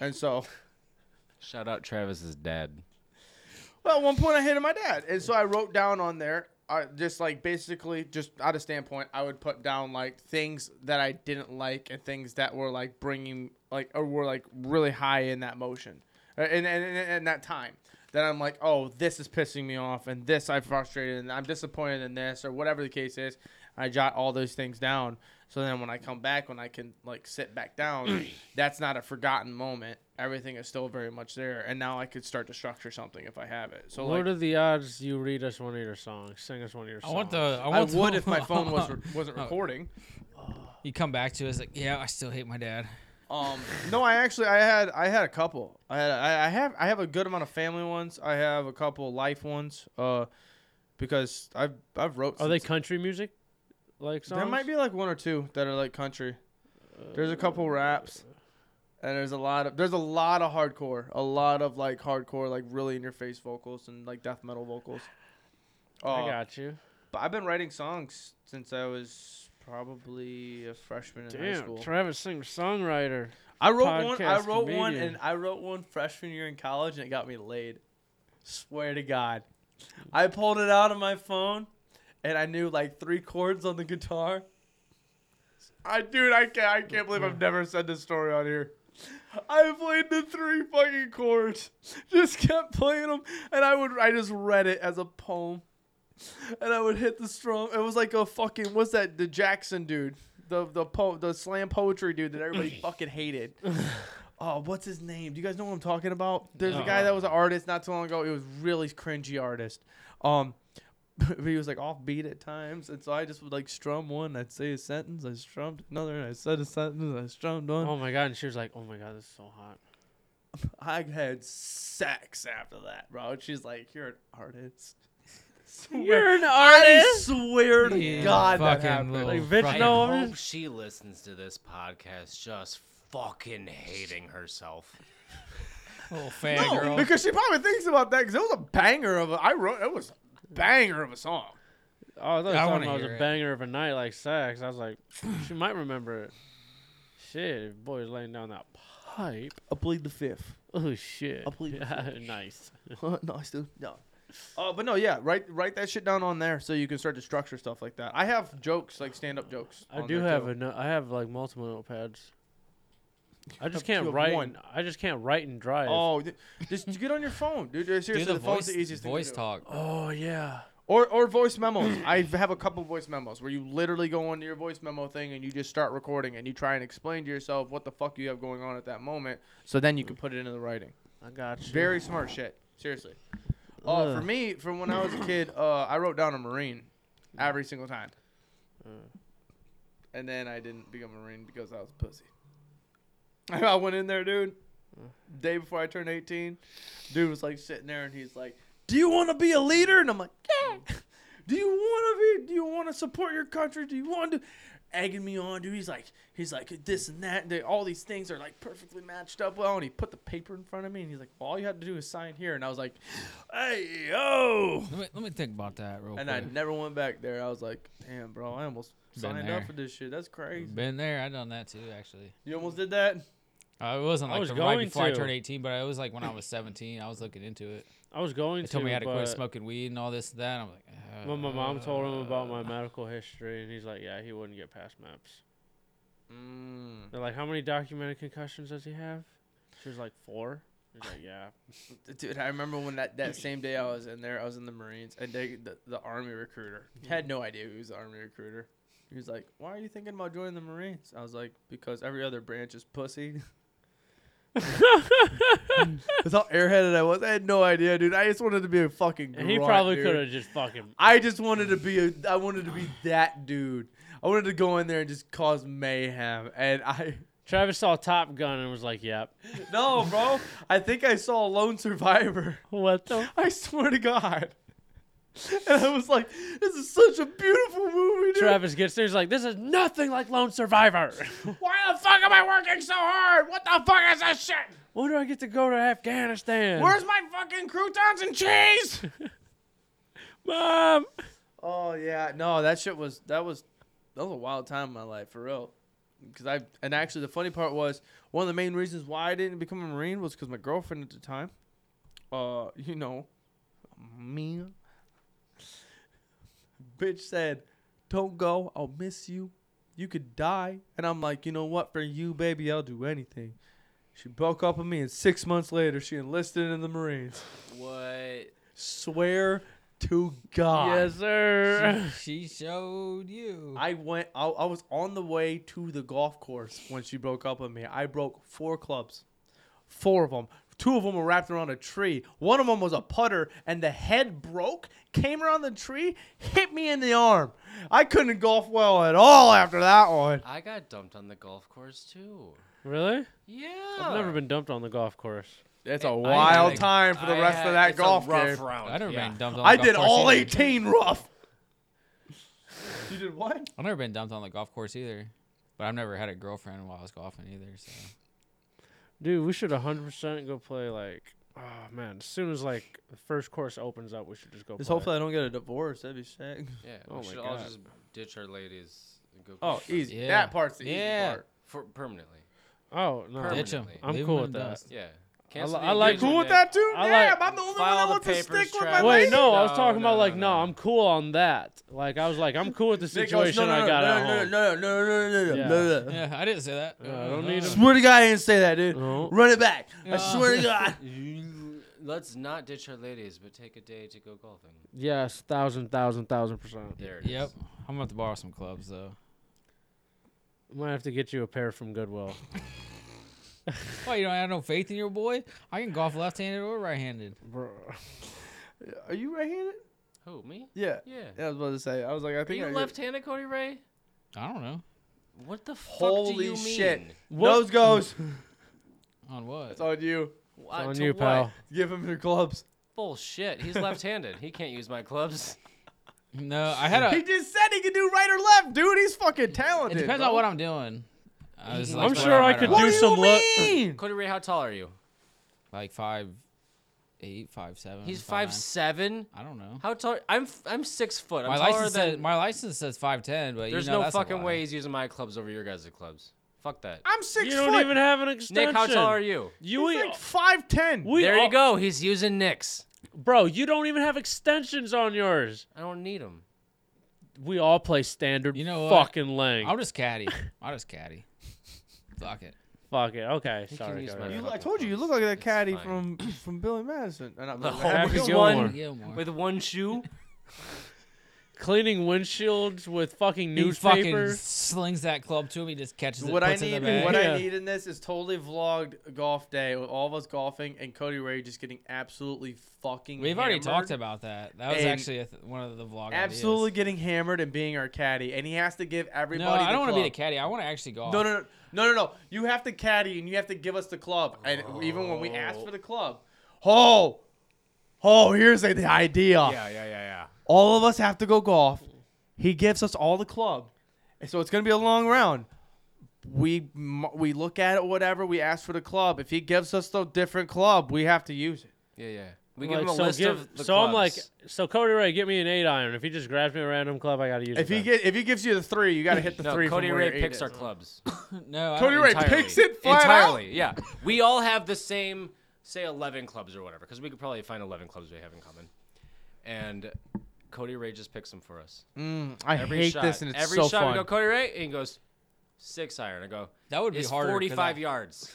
Speaker 1: and so
Speaker 3: Shout out Travis's dad.
Speaker 1: well at one point I hated my dad, and so I wrote down on there. I just like basically just out of standpoint, I would put down like things that I didn't like and things that were like bringing like or were like really high in that motion uh, and and, and, and that time that I'm like, oh, this is pissing me off and this I'm frustrated and I'm disappointed in this or whatever the case is. I jot all those things down. So then when I come back, when I can like sit back down, that's not a forgotten moment. Everything is still very much there. And now I could start to structure something if I have it. So
Speaker 2: What
Speaker 1: like,
Speaker 2: are the odds you read us one of your songs, sing us one of your
Speaker 4: I
Speaker 2: songs?
Speaker 4: want the. I,
Speaker 1: I
Speaker 4: want the-
Speaker 1: would if my phone was re- wasn't recording.
Speaker 4: You come back to us like, yeah, I still hate my dad.
Speaker 1: Um, no, I actually I had I had a couple. I had I, I have I have a good amount of family ones. I have a couple life ones. Uh, because I've I've wrote.
Speaker 2: Are they
Speaker 1: since-
Speaker 2: country music? Like songs?
Speaker 1: There might be like one or two that are like country. There's a couple raps, and there's a lot of there's a lot of hardcore, a lot of like hardcore, like really in your face vocals and like death metal vocals. Oh,
Speaker 2: I got you.
Speaker 1: but I've been writing songs since I was probably a freshman in high
Speaker 2: Damn,
Speaker 1: school.
Speaker 2: Travis Singer, songwriter.
Speaker 1: I wrote one. I
Speaker 2: podcast
Speaker 1: wrote one,
Speaker 2: comedian.
Speaker 1: and I wrote one freshman year in college, and it got me laid. Swear to God, I pulled it out of my phone, and I knew like three chords on the guitar. I dude, I can't. I can't believe I've never said this story on here. I played the three fucking chords, just kept playing them, and I would. I just read it as a poem, and I would hit the strum. It was like a fucking. What's that? The Jackson dude. The the po- the slam poetry dude that everybody fucking hated. Oh, what's his name? Do you guys know what I'm talking about? There's a guy that was an artist not too long ago. He was really cringy artist. Um, he was like offbeat at times, and so I just would like strum one. I'd say a sentence. I strummed another. And I said a sentence. I strummed one.
Speaker 2: Oh my god! And she was like, "Oh my god, this is so hot."
Speaker 1: I had sex after that, bro. And she's like, "You're an artist." Swear-
Speaker 2: an
Speaker 1: I swear to
Speaker 4: Yeah,
Speaker 1: God, that
Speaker 4: fucking
Speaker 1: happened.
Speaker 4: little
Speaker 1: Like,
Speaker 2: bitch,
Speaker 4: fucking-
Speaker 2: no.
Speaker 3: I
Speaker 2: I'm
Speaker 3: hope she listens to this podcast just fucking hating herself.
Speaker 4: Little fan
Speaker 1: no,
Speaker 4: girl.
Speaker 1: because she probably thinks about that because it was a banger of a. I wrote it was a banger of a song.
Speaker 2: Oh, I thought you were
Speaker 4: I
Speaker 2: talking
Speaker 4: wanna
Speaker 2: about it was
Speaker 4: hear
Speaker 2: a
Speaker 4: it.
Speaker 2: banger of a night like sex. I was like, she might remember it. Shit, boy's laying down that pipe.
Speaker 1: I plead the fifth.
Speaker 2: Oh shit.
Speaker 1: I'll plead the
Speaker 2: nice.
Speaker 1: nice dude. No. Uh, but no, yeah, write write that shit down on there so you can start to structure stuff like that. I have jokes, like stand up jokes.
Speaker 2: I
Speaker 1: on
Speaker 2: do
Speaker 1: there,
Speaker 2: have
Speaker 1: too.
Speaker 2: a no- I have like multiple notepads. I
Speaker 1: have
Speaker 2: just can't
Speaker 1: two of
Speaker 2: write.
Speaker 1: one.
Speaker 2: And, I just can't write and drive.
Speaker 1: Oh, th- just get on your phone, dude. Seriously,
Speaker 4: Do the,
Speaker 1: the, phone's
Speaker 4: voice,
Speaker 1: the easiest
Speaker 4: voice
Speaker 1: thing to do.
Speaker 4: talk.
Speaker 2: Oh, yeah.
Speaker 1: Or or voice memos. I have a couple voice memos where you literally go into your voice memo thing and you just start recording and you try and explain to yourself what the fuck you have going on at that moment. So then you can put it into the writing.
Speaker 2: I got you.
Speaker 1: Very smart shit. Seriously. Uh, for
Speaker 2: Ugh.
Speaker 1: me, from when I was a kid, uh, I wrote down a Marine every single time. And then I didn't become a Marine because I was a pussy. I went in there, dude, day before I turned 18. Dude was like sitting there and he's like, Do you want to be a leader? And I'm like, Yeah. Do you want to be? Do you want to support your country? Do you want to? Egging me on, dude. He's like, he's like this and that. And they- all these things are like perfectly matched up well. And he put the paper in front of me, and he's like, all you have to do is sign here. And I was like, hey yo.
Speaker 4: Let me, let me think about that real
Speaker 1: And I
Speaker 4: quick.
Speaker 1: never went back there. I was like, damn, bro, I almost
Speaker 4: Been
Speaker 1: signed
Speaker 4: there.
Speaker 1: up for this shit. That's crazy.
Speaker 4: Been there. I done that too, actually.
Speaker 1: You almost did that.
Speaker 4: Uh, it wasn't
Speaker 2: I
Speaker 4: like
Speaker 2: was
Speaker 4: the right
Speaker 2: going
Speaker 4: before I
Speaker 2: to.
Speaker 4: turned 18, but it was like when I was 17. I was looking into it.
Speaker 2: I was going
Speaker 4: They
Speaker 2: to.
Speaker 4: told me I had to quit
Speaker 2: but
Speaker 4: smoking weed and all this and that. I'm like, uh,
Speaker 2: When my mom told him about my medical history, and he's like, "Yeah, he wouldn't get past MAPS."
Speaker 1: Mm.
Speaker 2: They're like, "How many documented concussions does he have?" She was like, four. He's like, "Yeah."
Speaker 1: Dude, I remember when that, that same day I was in there, I was in the Marines, and they, the, the Army recruiter had no idea he was the Army recruiter. He was like, Why are you thinking about joining the Marines? I was like, Because every other branch is pussy. That's how airheaded I was. I had no idea, dude. I just wanted to be a fucking
Speaker 2: And he
Speaker 1: grunt,
Speaker 2: probably
Speaker 1: dude.
Speaker 2: could have just fucking
Speaker 1: I just wanted to be a. I wanted to be that dude. I wanted to go in there and just cause mayhem. And I
Speaker 2: Travis saw Top Gun and was like, "Yep."
Speaker 1: no, bro. I think I saw Lone Survivor.
Speaker 2: What the?
Speaker 1: I swear to God. And I was like, this is such a beautiful movie, dude.
Speaker 2: Travis gets there. He's like, "This is nothing like Lone Survivor."
Speaker 1: Why the fuck am I working so hard? What the fuck is this shit?
Speaker 2: when do I get to go to Afghanistan?
Speaker 1: Where's my fucking croutons and cheese?
Speaker 2: mom?
Speaker 1: Oh yeah, no, that shit was that was that was a wild time in my life for real. Because I and actually the funny part was one of the main reasons why I didn't become a marine was because my girlfriend at the time, uh, you know, me, bitch said, "Don't go, I'll miss you. You could die." And I'm like, you know what? For you, baby, I'll do anything. She broke up with me, and six months later, she enlisted in the Marines.
Speaker 3: What?
Speaker 1: Swear to God.
Speaker 2: Yes, sir.
Speaker 4: She showed you.
Speaker 1: I went. I, I was on the way to the golf course when she broke up with me. I broke four clubs, four of them. Two of them were wrapped around a tree. One of them was a putter, and the head broke, came around the tree, hit me in the arm. I couldn't golf well at all after that one.
Speaker 3: I got dumped on the golf course too.
Speaker 2: really?
Speaker 3: Yeah.
Speaker 2: I've never been dumped on the golf course.
Speaker 1: It's a
Speaker 4: wild
Speaker 1: wild time for the
Speaker 3: I
Speaker 1: rest
Speaker 3: had-
Speaker 1: of that
Speaker 3: it's a
Speaker 1: golf
Speaker 3: rough
Speaker 1: game.
Speaker 3: round.
Speaker 4: I never
Speaker 3: yeah.
Speaker 4: been dumped on. The
Speaker 1: I
Speaker 4: golf
Speaker 1: did
Speaker 4: course
Speaker 1: all
Speaker 4: either.
Speaker 1: 18 rough. you did what?
Speaker 4: I've never been dumped on the golf course either, but I've never had a girlfriend while I was golfing either. So
Speaker 2: Dude, we should 100% go play like. Oh man! As soon as like the first course opens up, we should just go.
Speaker 1: Just
Speaker 2: play.
Speaker 1: hopefully I don't get a divorce. That'd be sick.
Speaker 3: Yeah.
Speaker 2: Oh
Speaker 3: we
Speaker 2: my
Speaker 3: should all
Speaker 2: God.
Speaker 3: just ditch our ladies and go.
Speaker 1: Oh,
Speaker 3: golf
Speaker 1: easy.
Speaker 4: Yeah.
Speaker 1: That part's the easy
Speaker 4: Yeah.
Speaker 1: part.
Speaker 3: for permanently.
Speaker 2: Oh no!
Speaker 3: Permanent.
Speaker 4: ditch 'em.
Speaker 2: I'm
Speaker 4: Leave 'em
Speaker 2: cool
Speaker 4: in
Speaker 2: with
Speaker 4: the
Speaker 2: that.
Speaker 4: dust.
Speaker 3: Yeah.
Speaker 2: li- I like-
Speaker 1: You cool with that too?
Speaker 2: I
Speaker 1: Damn,
Speaker 2: like-
Speaker 1: I'm the only
Speaker 3: file
Speaker 1: one that
Speaker 3: the
Speaker 1: wants to
Speaker 3: papers,
Speaker 1: stick with my
Speaker 3: Travis.
Speaker 2: Wait,
Speaker 1: lady.
Speaker 2: no, I was
Speaker 3: No,
Speaker 2: talking
Speaker 3: no,
Speaker 2: about
Speaker 3: no,
Speaker 2: like, no,
Speaker 3: no.
Speaker 2: I'm cool on that. Like, I was like, I'm cool with the
Speaker 1: Nick goes,
Speaker 2: situation
Speaker 1: no, no,
Speaker 2: I got
Speaker 1: no,
Speaker 2: at
Speaker 1: no,
Speaker 2: home.
Speaker 1: no, no, no, no, no, no,
Speaker 2: Yeah.
Speaker 1: no, no, no.
Speaker 4: yeah, I didn't say that.
Speaker 2: Yeah, I don't need 'em.
Speaker 1: Swear to God, I didn't say that, dude.
Speaker 2: No.
Speaker 1: Run it back. I
Speaker 4: Yeah.
Speaker 1: swear to God.
Speaker 3: You- Let's not ditch our ladies, but take a day to go golfing.
Speaker 2: Yes, thousand, thousand, thousand percent.
Speaker 3: There it is.
Speaker 4: Yep, I'm gonna have to borrow some clubs though.
Speaker 2: Might have to get you a pair from Goodwill.
Speaker 3: Uh,
Speaker 4: Why you don't have no faith in your boy? I can golf left-handed or right-handed.
Speaker 2: Bro.
Speaker 1: Are you right-handed?
Speaker 3: Who me?
Speaker 1: Yeah.
Speaker 3: Yeah.
Speaker 1: I was about to say. I was like, I
Speaker 3: Are
Speaker 1: think
Speaker 3: you
Speaker 1: I-
Speaker 3: left-handed, Cody Ray?
Speaker 4: I don't know.
Speaker 3: What the fuck do
Speaker 1: Holy
Speaker 3: you
Speaker 1: shit!
Speaker 3: mean?
Speaker 2: What-
Speaker 1: Nose goes.
Speaker 4: On
Speaker 1: It's
Speaker 4: what?
Speaker 1: on you.
Speaker 3: What,
Speaker 2: on
Speaker 3: to
Speaker 2: you,
Speaker 3: what?
Speaker 2: pal.
Speaker 1: Give him your clubs.
Speaker 3: Bullshit. He's left-handed. he can't use my clubs.
Speaker 4: No, I had a.
Speaker 1: He just said he could do right or left, dude. He's fucking
Speaker 4: It
Speaker 1: talented.
Speaker 4: depends
Speaker 1: bro.
Speaker 4: on what I'm doing. I was
Speaker 3: I'm
Speaker 4: like,
Speaker 2: I'm
Speaker 3: Like,
Speaker 2: sure I
Speaker 4: right
Speaker 2: could
Speaker 4: around,
Speaker 1: What
Speaker 2: do
Speaker 1: do you
Speaker 2: some. Le-
Speaker 1: mean?
Speaker 3: Cody Ray, how tall are you?
Speaker 4: like five, eight, five, seven.
Speaker 3: He's five
Speaker 4: five nine.
Speaker 3: seven.
Speaker 4: I don't know.
Speaker 3: How tall? I'm f- I'm six foot. I'm
Speaker 4: My
Speaker 3: taller
Speaker 4: license,
Speaker 3: than.
Speaker 4: says, my license says five ten, but
Speaker 3: There's
Speaker 4: you know
Speaker 3: no
Speaker 4: that's a
Speaker 3: fucking
Speaker 4: lie.
Speaker 3: way he's using my clubs over your guys' clubs. Fuck that.
Speaker 1: I'm six
Speaker 2: you don't
Speaker 1: foot.
Speaker 2: even have an extension.
Speaker 3: Nick, how tall are you?
Speaker 2: You
Speaker 1: He's
Speaker 2: we,
Speaker 1: like five ten.
Speaker 2: we
Speaker 3: there
Speaker 2: all-
Speaker 3: you go. He's using Nick's.
Speaker 2: bro. You don't even have extensions on yours.
Speaker 3: I don't need him.
Speaker 2: We all play standard.
Speaker 4: You know what?
Speaker 2: fucking length.
Speaker 4: I'll just caddy. I'll just caddy. Fuck it.
Speaker 2: Fuck it. Okay,
Speaker 3: can
Speaker 2: sorry.
Speaker 3: use
Speaker 2: go
Speaker 3: my-
Speaker 2: ahead.
Speaker 1: You, I told you, you look like that caddy
Speaker 3: fine.
Speaker 1: from from Billy Madison. Uh, not
Speaker 3: The
Speaker 1: Billy
Speaker 3: whole
Speaker 1: Madison.
Speaker 2: Happy
Speaker 3: with
Speaker 2: Gilmore.
Speaker 3: one
Speaker 4: Gilmore.
Speaker 3: with one shoe.
Speaker 2: Cleaning windshields with fucking
Speaker 4: He fucking
Speaker 2: newspapers.
Speaker 4: slings that club to him. He just catches it,
Speaker 1: What I
Speaker 4: puts it
Speaker 1: need,
Speaker 4: in the bag.
Speaker 1: what
Speaker 2: Yeah.
Speaker 1: I need in this is totally vlogged golf day with all of us golfing and Cody Ray just getting absolutely fucking.
Speaker 4: We've already
Speaker 1: hammered.
Speaker 4: talked about that. That was
Speaker 1: And-
Speaker 4: actually a th- one of the vlog.
Speaker 1: Absolutely getting hammered and being our caddy, and he has to give
Speaker 4: Ideas.
Speaker 1: everybody.
Speaker 4: No, I
Speaker 1: want
Speaker 4: don't want
Speaker 1: to
Speaker 4: to be the caddy. I want to actually golf.
Speaker 1: No, no, no, no, no, no. You have to caddy and you have to give us the club. And even when we ask for the club, oh, oh, here's the the idea.
Speaker 3: yeah, yeah, yeah.
Speaker 1: All of us have to go golf. He gives us all the club, and so it's gonna be a long round. We m- we look at it, whatever. We ask for the club. If he gives us the different club, we have to use it.
Speaker 3: Yeah, yeah. We
Speaker 2: Like,
Speaker 3: give him a
Speaker 2: so
Speaker 3: list
Speaker 2: give-
Speaker 3: of the
Speaker 2: so I'm like,
Speaker 3: clubs.
Speaker 2: so Cody Ray, get me an eight iron. If he just grabs me a random club, I gotta use
Speaker 1: If
Speaker 2: it.
Speaker 1: he get, if he gives you the three, you gotta hit the
Speaker 3: no,
Speaker 1: three.
Speaker 3: Cody
Speaker 1: from
Speaker 3: Ray
Speaker 1: where your eight
Speaker 3: picks
Speaker 1: is.
Speaker 3: our clubs.
Speaker 4: no. I
Speaker 1: Cody
Speaker 4: don't-
Speaker 1: Ray
Speaker 3: entirely.
Speaker 1: picks it flat
Speaker 3: entirely. Yeah, we all have the same, say, eleven clubs or whatever, because we could probably find eleven clubs we have in common. And Cody Ray just picks them for us.
Speaker 1: Mm, I
Speaker 3: Every
Speaker 1: hate
Speaker 3: shot,
Speaker 1: this, and it's
Speaker 3: every
Speaker 1: so
Speaker 3: shot
Speaker 1: fun.
Speaker 3: we go Cody Ray, and he goes six iron. I go
Speaker 4: That would be
Speaker 3: it's
Speaker 4: harder. 'cause
Speaker 3: forty-five
Speaker 4: I-
Speaker 3: yards.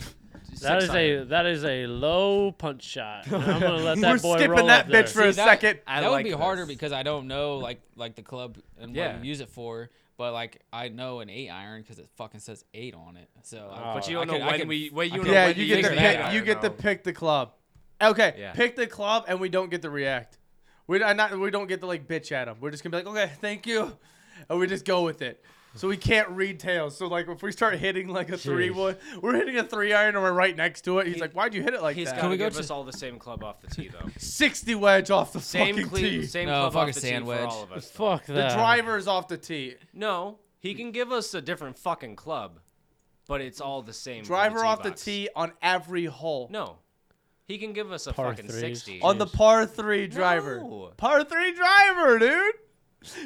Speaker 2: that
Speaker 3: Six
Speaker 2: is
Speaker 3: iron.
Speaker 2: a that is a low punch shot. and I'm gonna let
Speaker 1: We're
Speaker 2: that boy
Speaker 1: skipping
Speaker 2: roll
Speaker 1: that
Speaker 2: up there.
Speaker 1: bitch for a
Speaker 4: See, that-
Speaker 1: second.
Speaker 3: I
Speaker 4: that
Speaker 3: like
Speaker 4: would be harder
Speaker 3: this.
Speaker 4: because I don't know like like the club and
Speaker 3: Yeah.
Speaker 4: what you use it for. But like I know an eight iron because it fucking says eight on it. So I-
Speaker 3: But you
Speaker 4: I
Speaker 3: don't know
Speaker 4: could- I
Speaker 3: when
Speaker 4: could-
Speaker 3: we- when
Speaker 4: I
Speaker 3: you
Speaker 4: could-
Speaker 3: know
Speaker 1: Yeah,
Speaker 3: when
Speaker 1: you
Speaker 3: you
Speaker 1: get to
Speaker 4: figure
Speaker 3: that
Speaker 1: pick.
Speaker 4: out.
Speaker 3: out,
Speaker 1: You
Speaker 3: I
Speaker 1: get to
Speaker 3: know.
Speaker 1: pick the club. Okay,
Speaker 3: Yeah.
Speaker 1: pick the club, and we don't get to react. We I not we don't get to like bitch at him. We're just gonna be like, okay, thank you, and we just go with it. So we can't read tails. So like if we start hitting like a three wood, we're hitting a three iron and we're right next to it. He's like, why'd you hit it like
Speaker 3: He's
Speaker 1: that?
Speaker 3: got to
Speaker 4: we go
Speaker 3: give
Speaker 4: to-
Speaker 3: us all the same club off the tee though.
Speaker 1: Sixty wedge off the
Speaker 3: Same
Speaker 1: fucking
Speaker 3: clean,
Speaker 1: tee.
Speaker 3: same
Speaker 4: No,
Speaker 3: club
Speaker 4: fuck
Speaker 3: off
Speaker 4: a
Speaker 3: the
Speaker 4: sand
Speaker 3: tee
Speaker 4: wedge.
Speaker 3: for all of us. though.
Speaker 2: Fuck
Speaker 1: The
Speaker 2: that.
Speaker 1: driver's off the tee.
Speaker 3: No, he can give us a different fucking club, but it's all the same. for
Speaker 1: Driver
Speaker 3: tee
Speaker 1: off the
Speaker 3: box.
Speaker 1: tee on every hole.
Speaker 3: No, he can give us a
Speaker 2: Par
Speaker 3: fucking
Speaker 2: threes.
Speaker 3: sixty.
Speaker 1: On the par three driver.
Speaker 3: No.
Speaker 1: Par three driver, dude.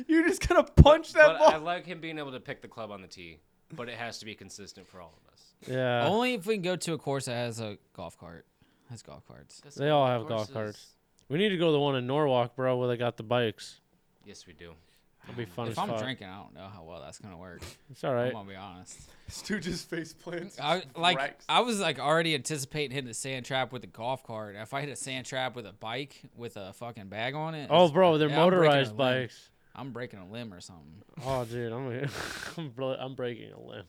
Speaker 1: You're just gonna punch that
Speaker 3: but
Speaker 1: ball.
Speaker 3: I like him being able to pick the club on the tee, but it has to be consistent for all of us.
Speaker 2: Yeah.
Speaker 4: Only if we can go to a course that has a golf cart. Has golf carts.
Speaker 3: That's
Speaker 2: They
Speaker 3: not
Speaker 2: all
Speaker 3: what
Speaker 2: have
Speaker 3: the
Speaker 2: golf
Speaker 3: course
Speaker 2: carts.
Speaker 3: is.
Speaker 2: We need to go to the one in Norwalk, bro, where they got the bikes.
Speaker 3: Yes, we do.
Speaker 2: That'd be fun
Speaker 4: If
Speaker 2: as
Speaker 4: I'm
Speaker 2: fuck.
Speaker 4: drinking, I don't know how well that's gonna work.
Speaker 2: It's all right.
Speaker 4: I'm gonna be honest.
Speaker 1: Stooges face plants.
Speaker 4: I like
Speaker 1: Rex.
Speaker 4: I was like already anticipating hitting the sand trap with a golf cart. If I hit a sand trap with a bike with a fucking bag on it.
Speaker 2: Oh,
Speaker 4: it's-
Speaker 2: bro, they're
Speaker 4: yeah, I'm breaking a
Speaker 2: motorized
Speaker 4: limb.
Speaker 2: bikes.
Speaker 4: I'm breaking a limb or something.
Speaker 2: Oh, dude, I'm I'm, blo- I'm breaking a limb.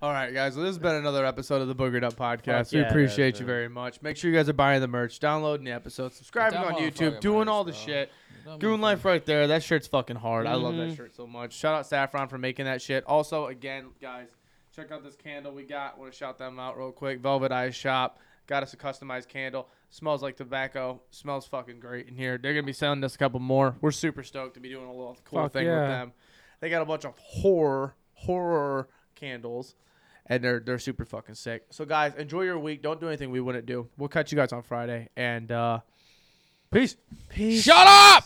Speaker 1: All right, guys. Well, this has been another episode of the Boogered Up Podcast.
Speaker 2: Fuck yeah,
Speaker 1: we appreciate
Speaker 2: guys,
Speaker 1: you
Speaker 2: man.
Speaker 1: very much. Make sure you guys are buying the merch, downloading the episode, subscribing
Speaker 4: That
Speaker 1: on
Speaker 4: motherfucker
Speaker 1: YouTube, doing all the
Speaker 4: merch, bro.
Speaker 1: shit.
Speaker 4: That
Speaker 1: Goon
Speaker 4: motherfucker-
Speaker 1: Life right there. That shirt's fucking hard. I love that
Speaker 2: Mhm.
Speaker 1: shirt so much. Shout out Saffron for making that shit. Also, again, guys, check out this candle we got. Want to shout them out real quick. Velvet Eyes Shop got us a customized candle. Smells like tobacco. Smells fucking great in here. They're gonna be selling us a couple more. We're super stoked to be doing a little cool
Speaker 2: Fuck
Speaker 1: thing
Speaker 2: yeah.
Speaker 1: with them. They got a bunch of horror horror candles. And they're they're super fucking sick. So guys, enjoy your week. Don't do anything we wouldn't do. We'll catch you guys on Friday. And uh peace. Peace.
Speaker 4: Shut up!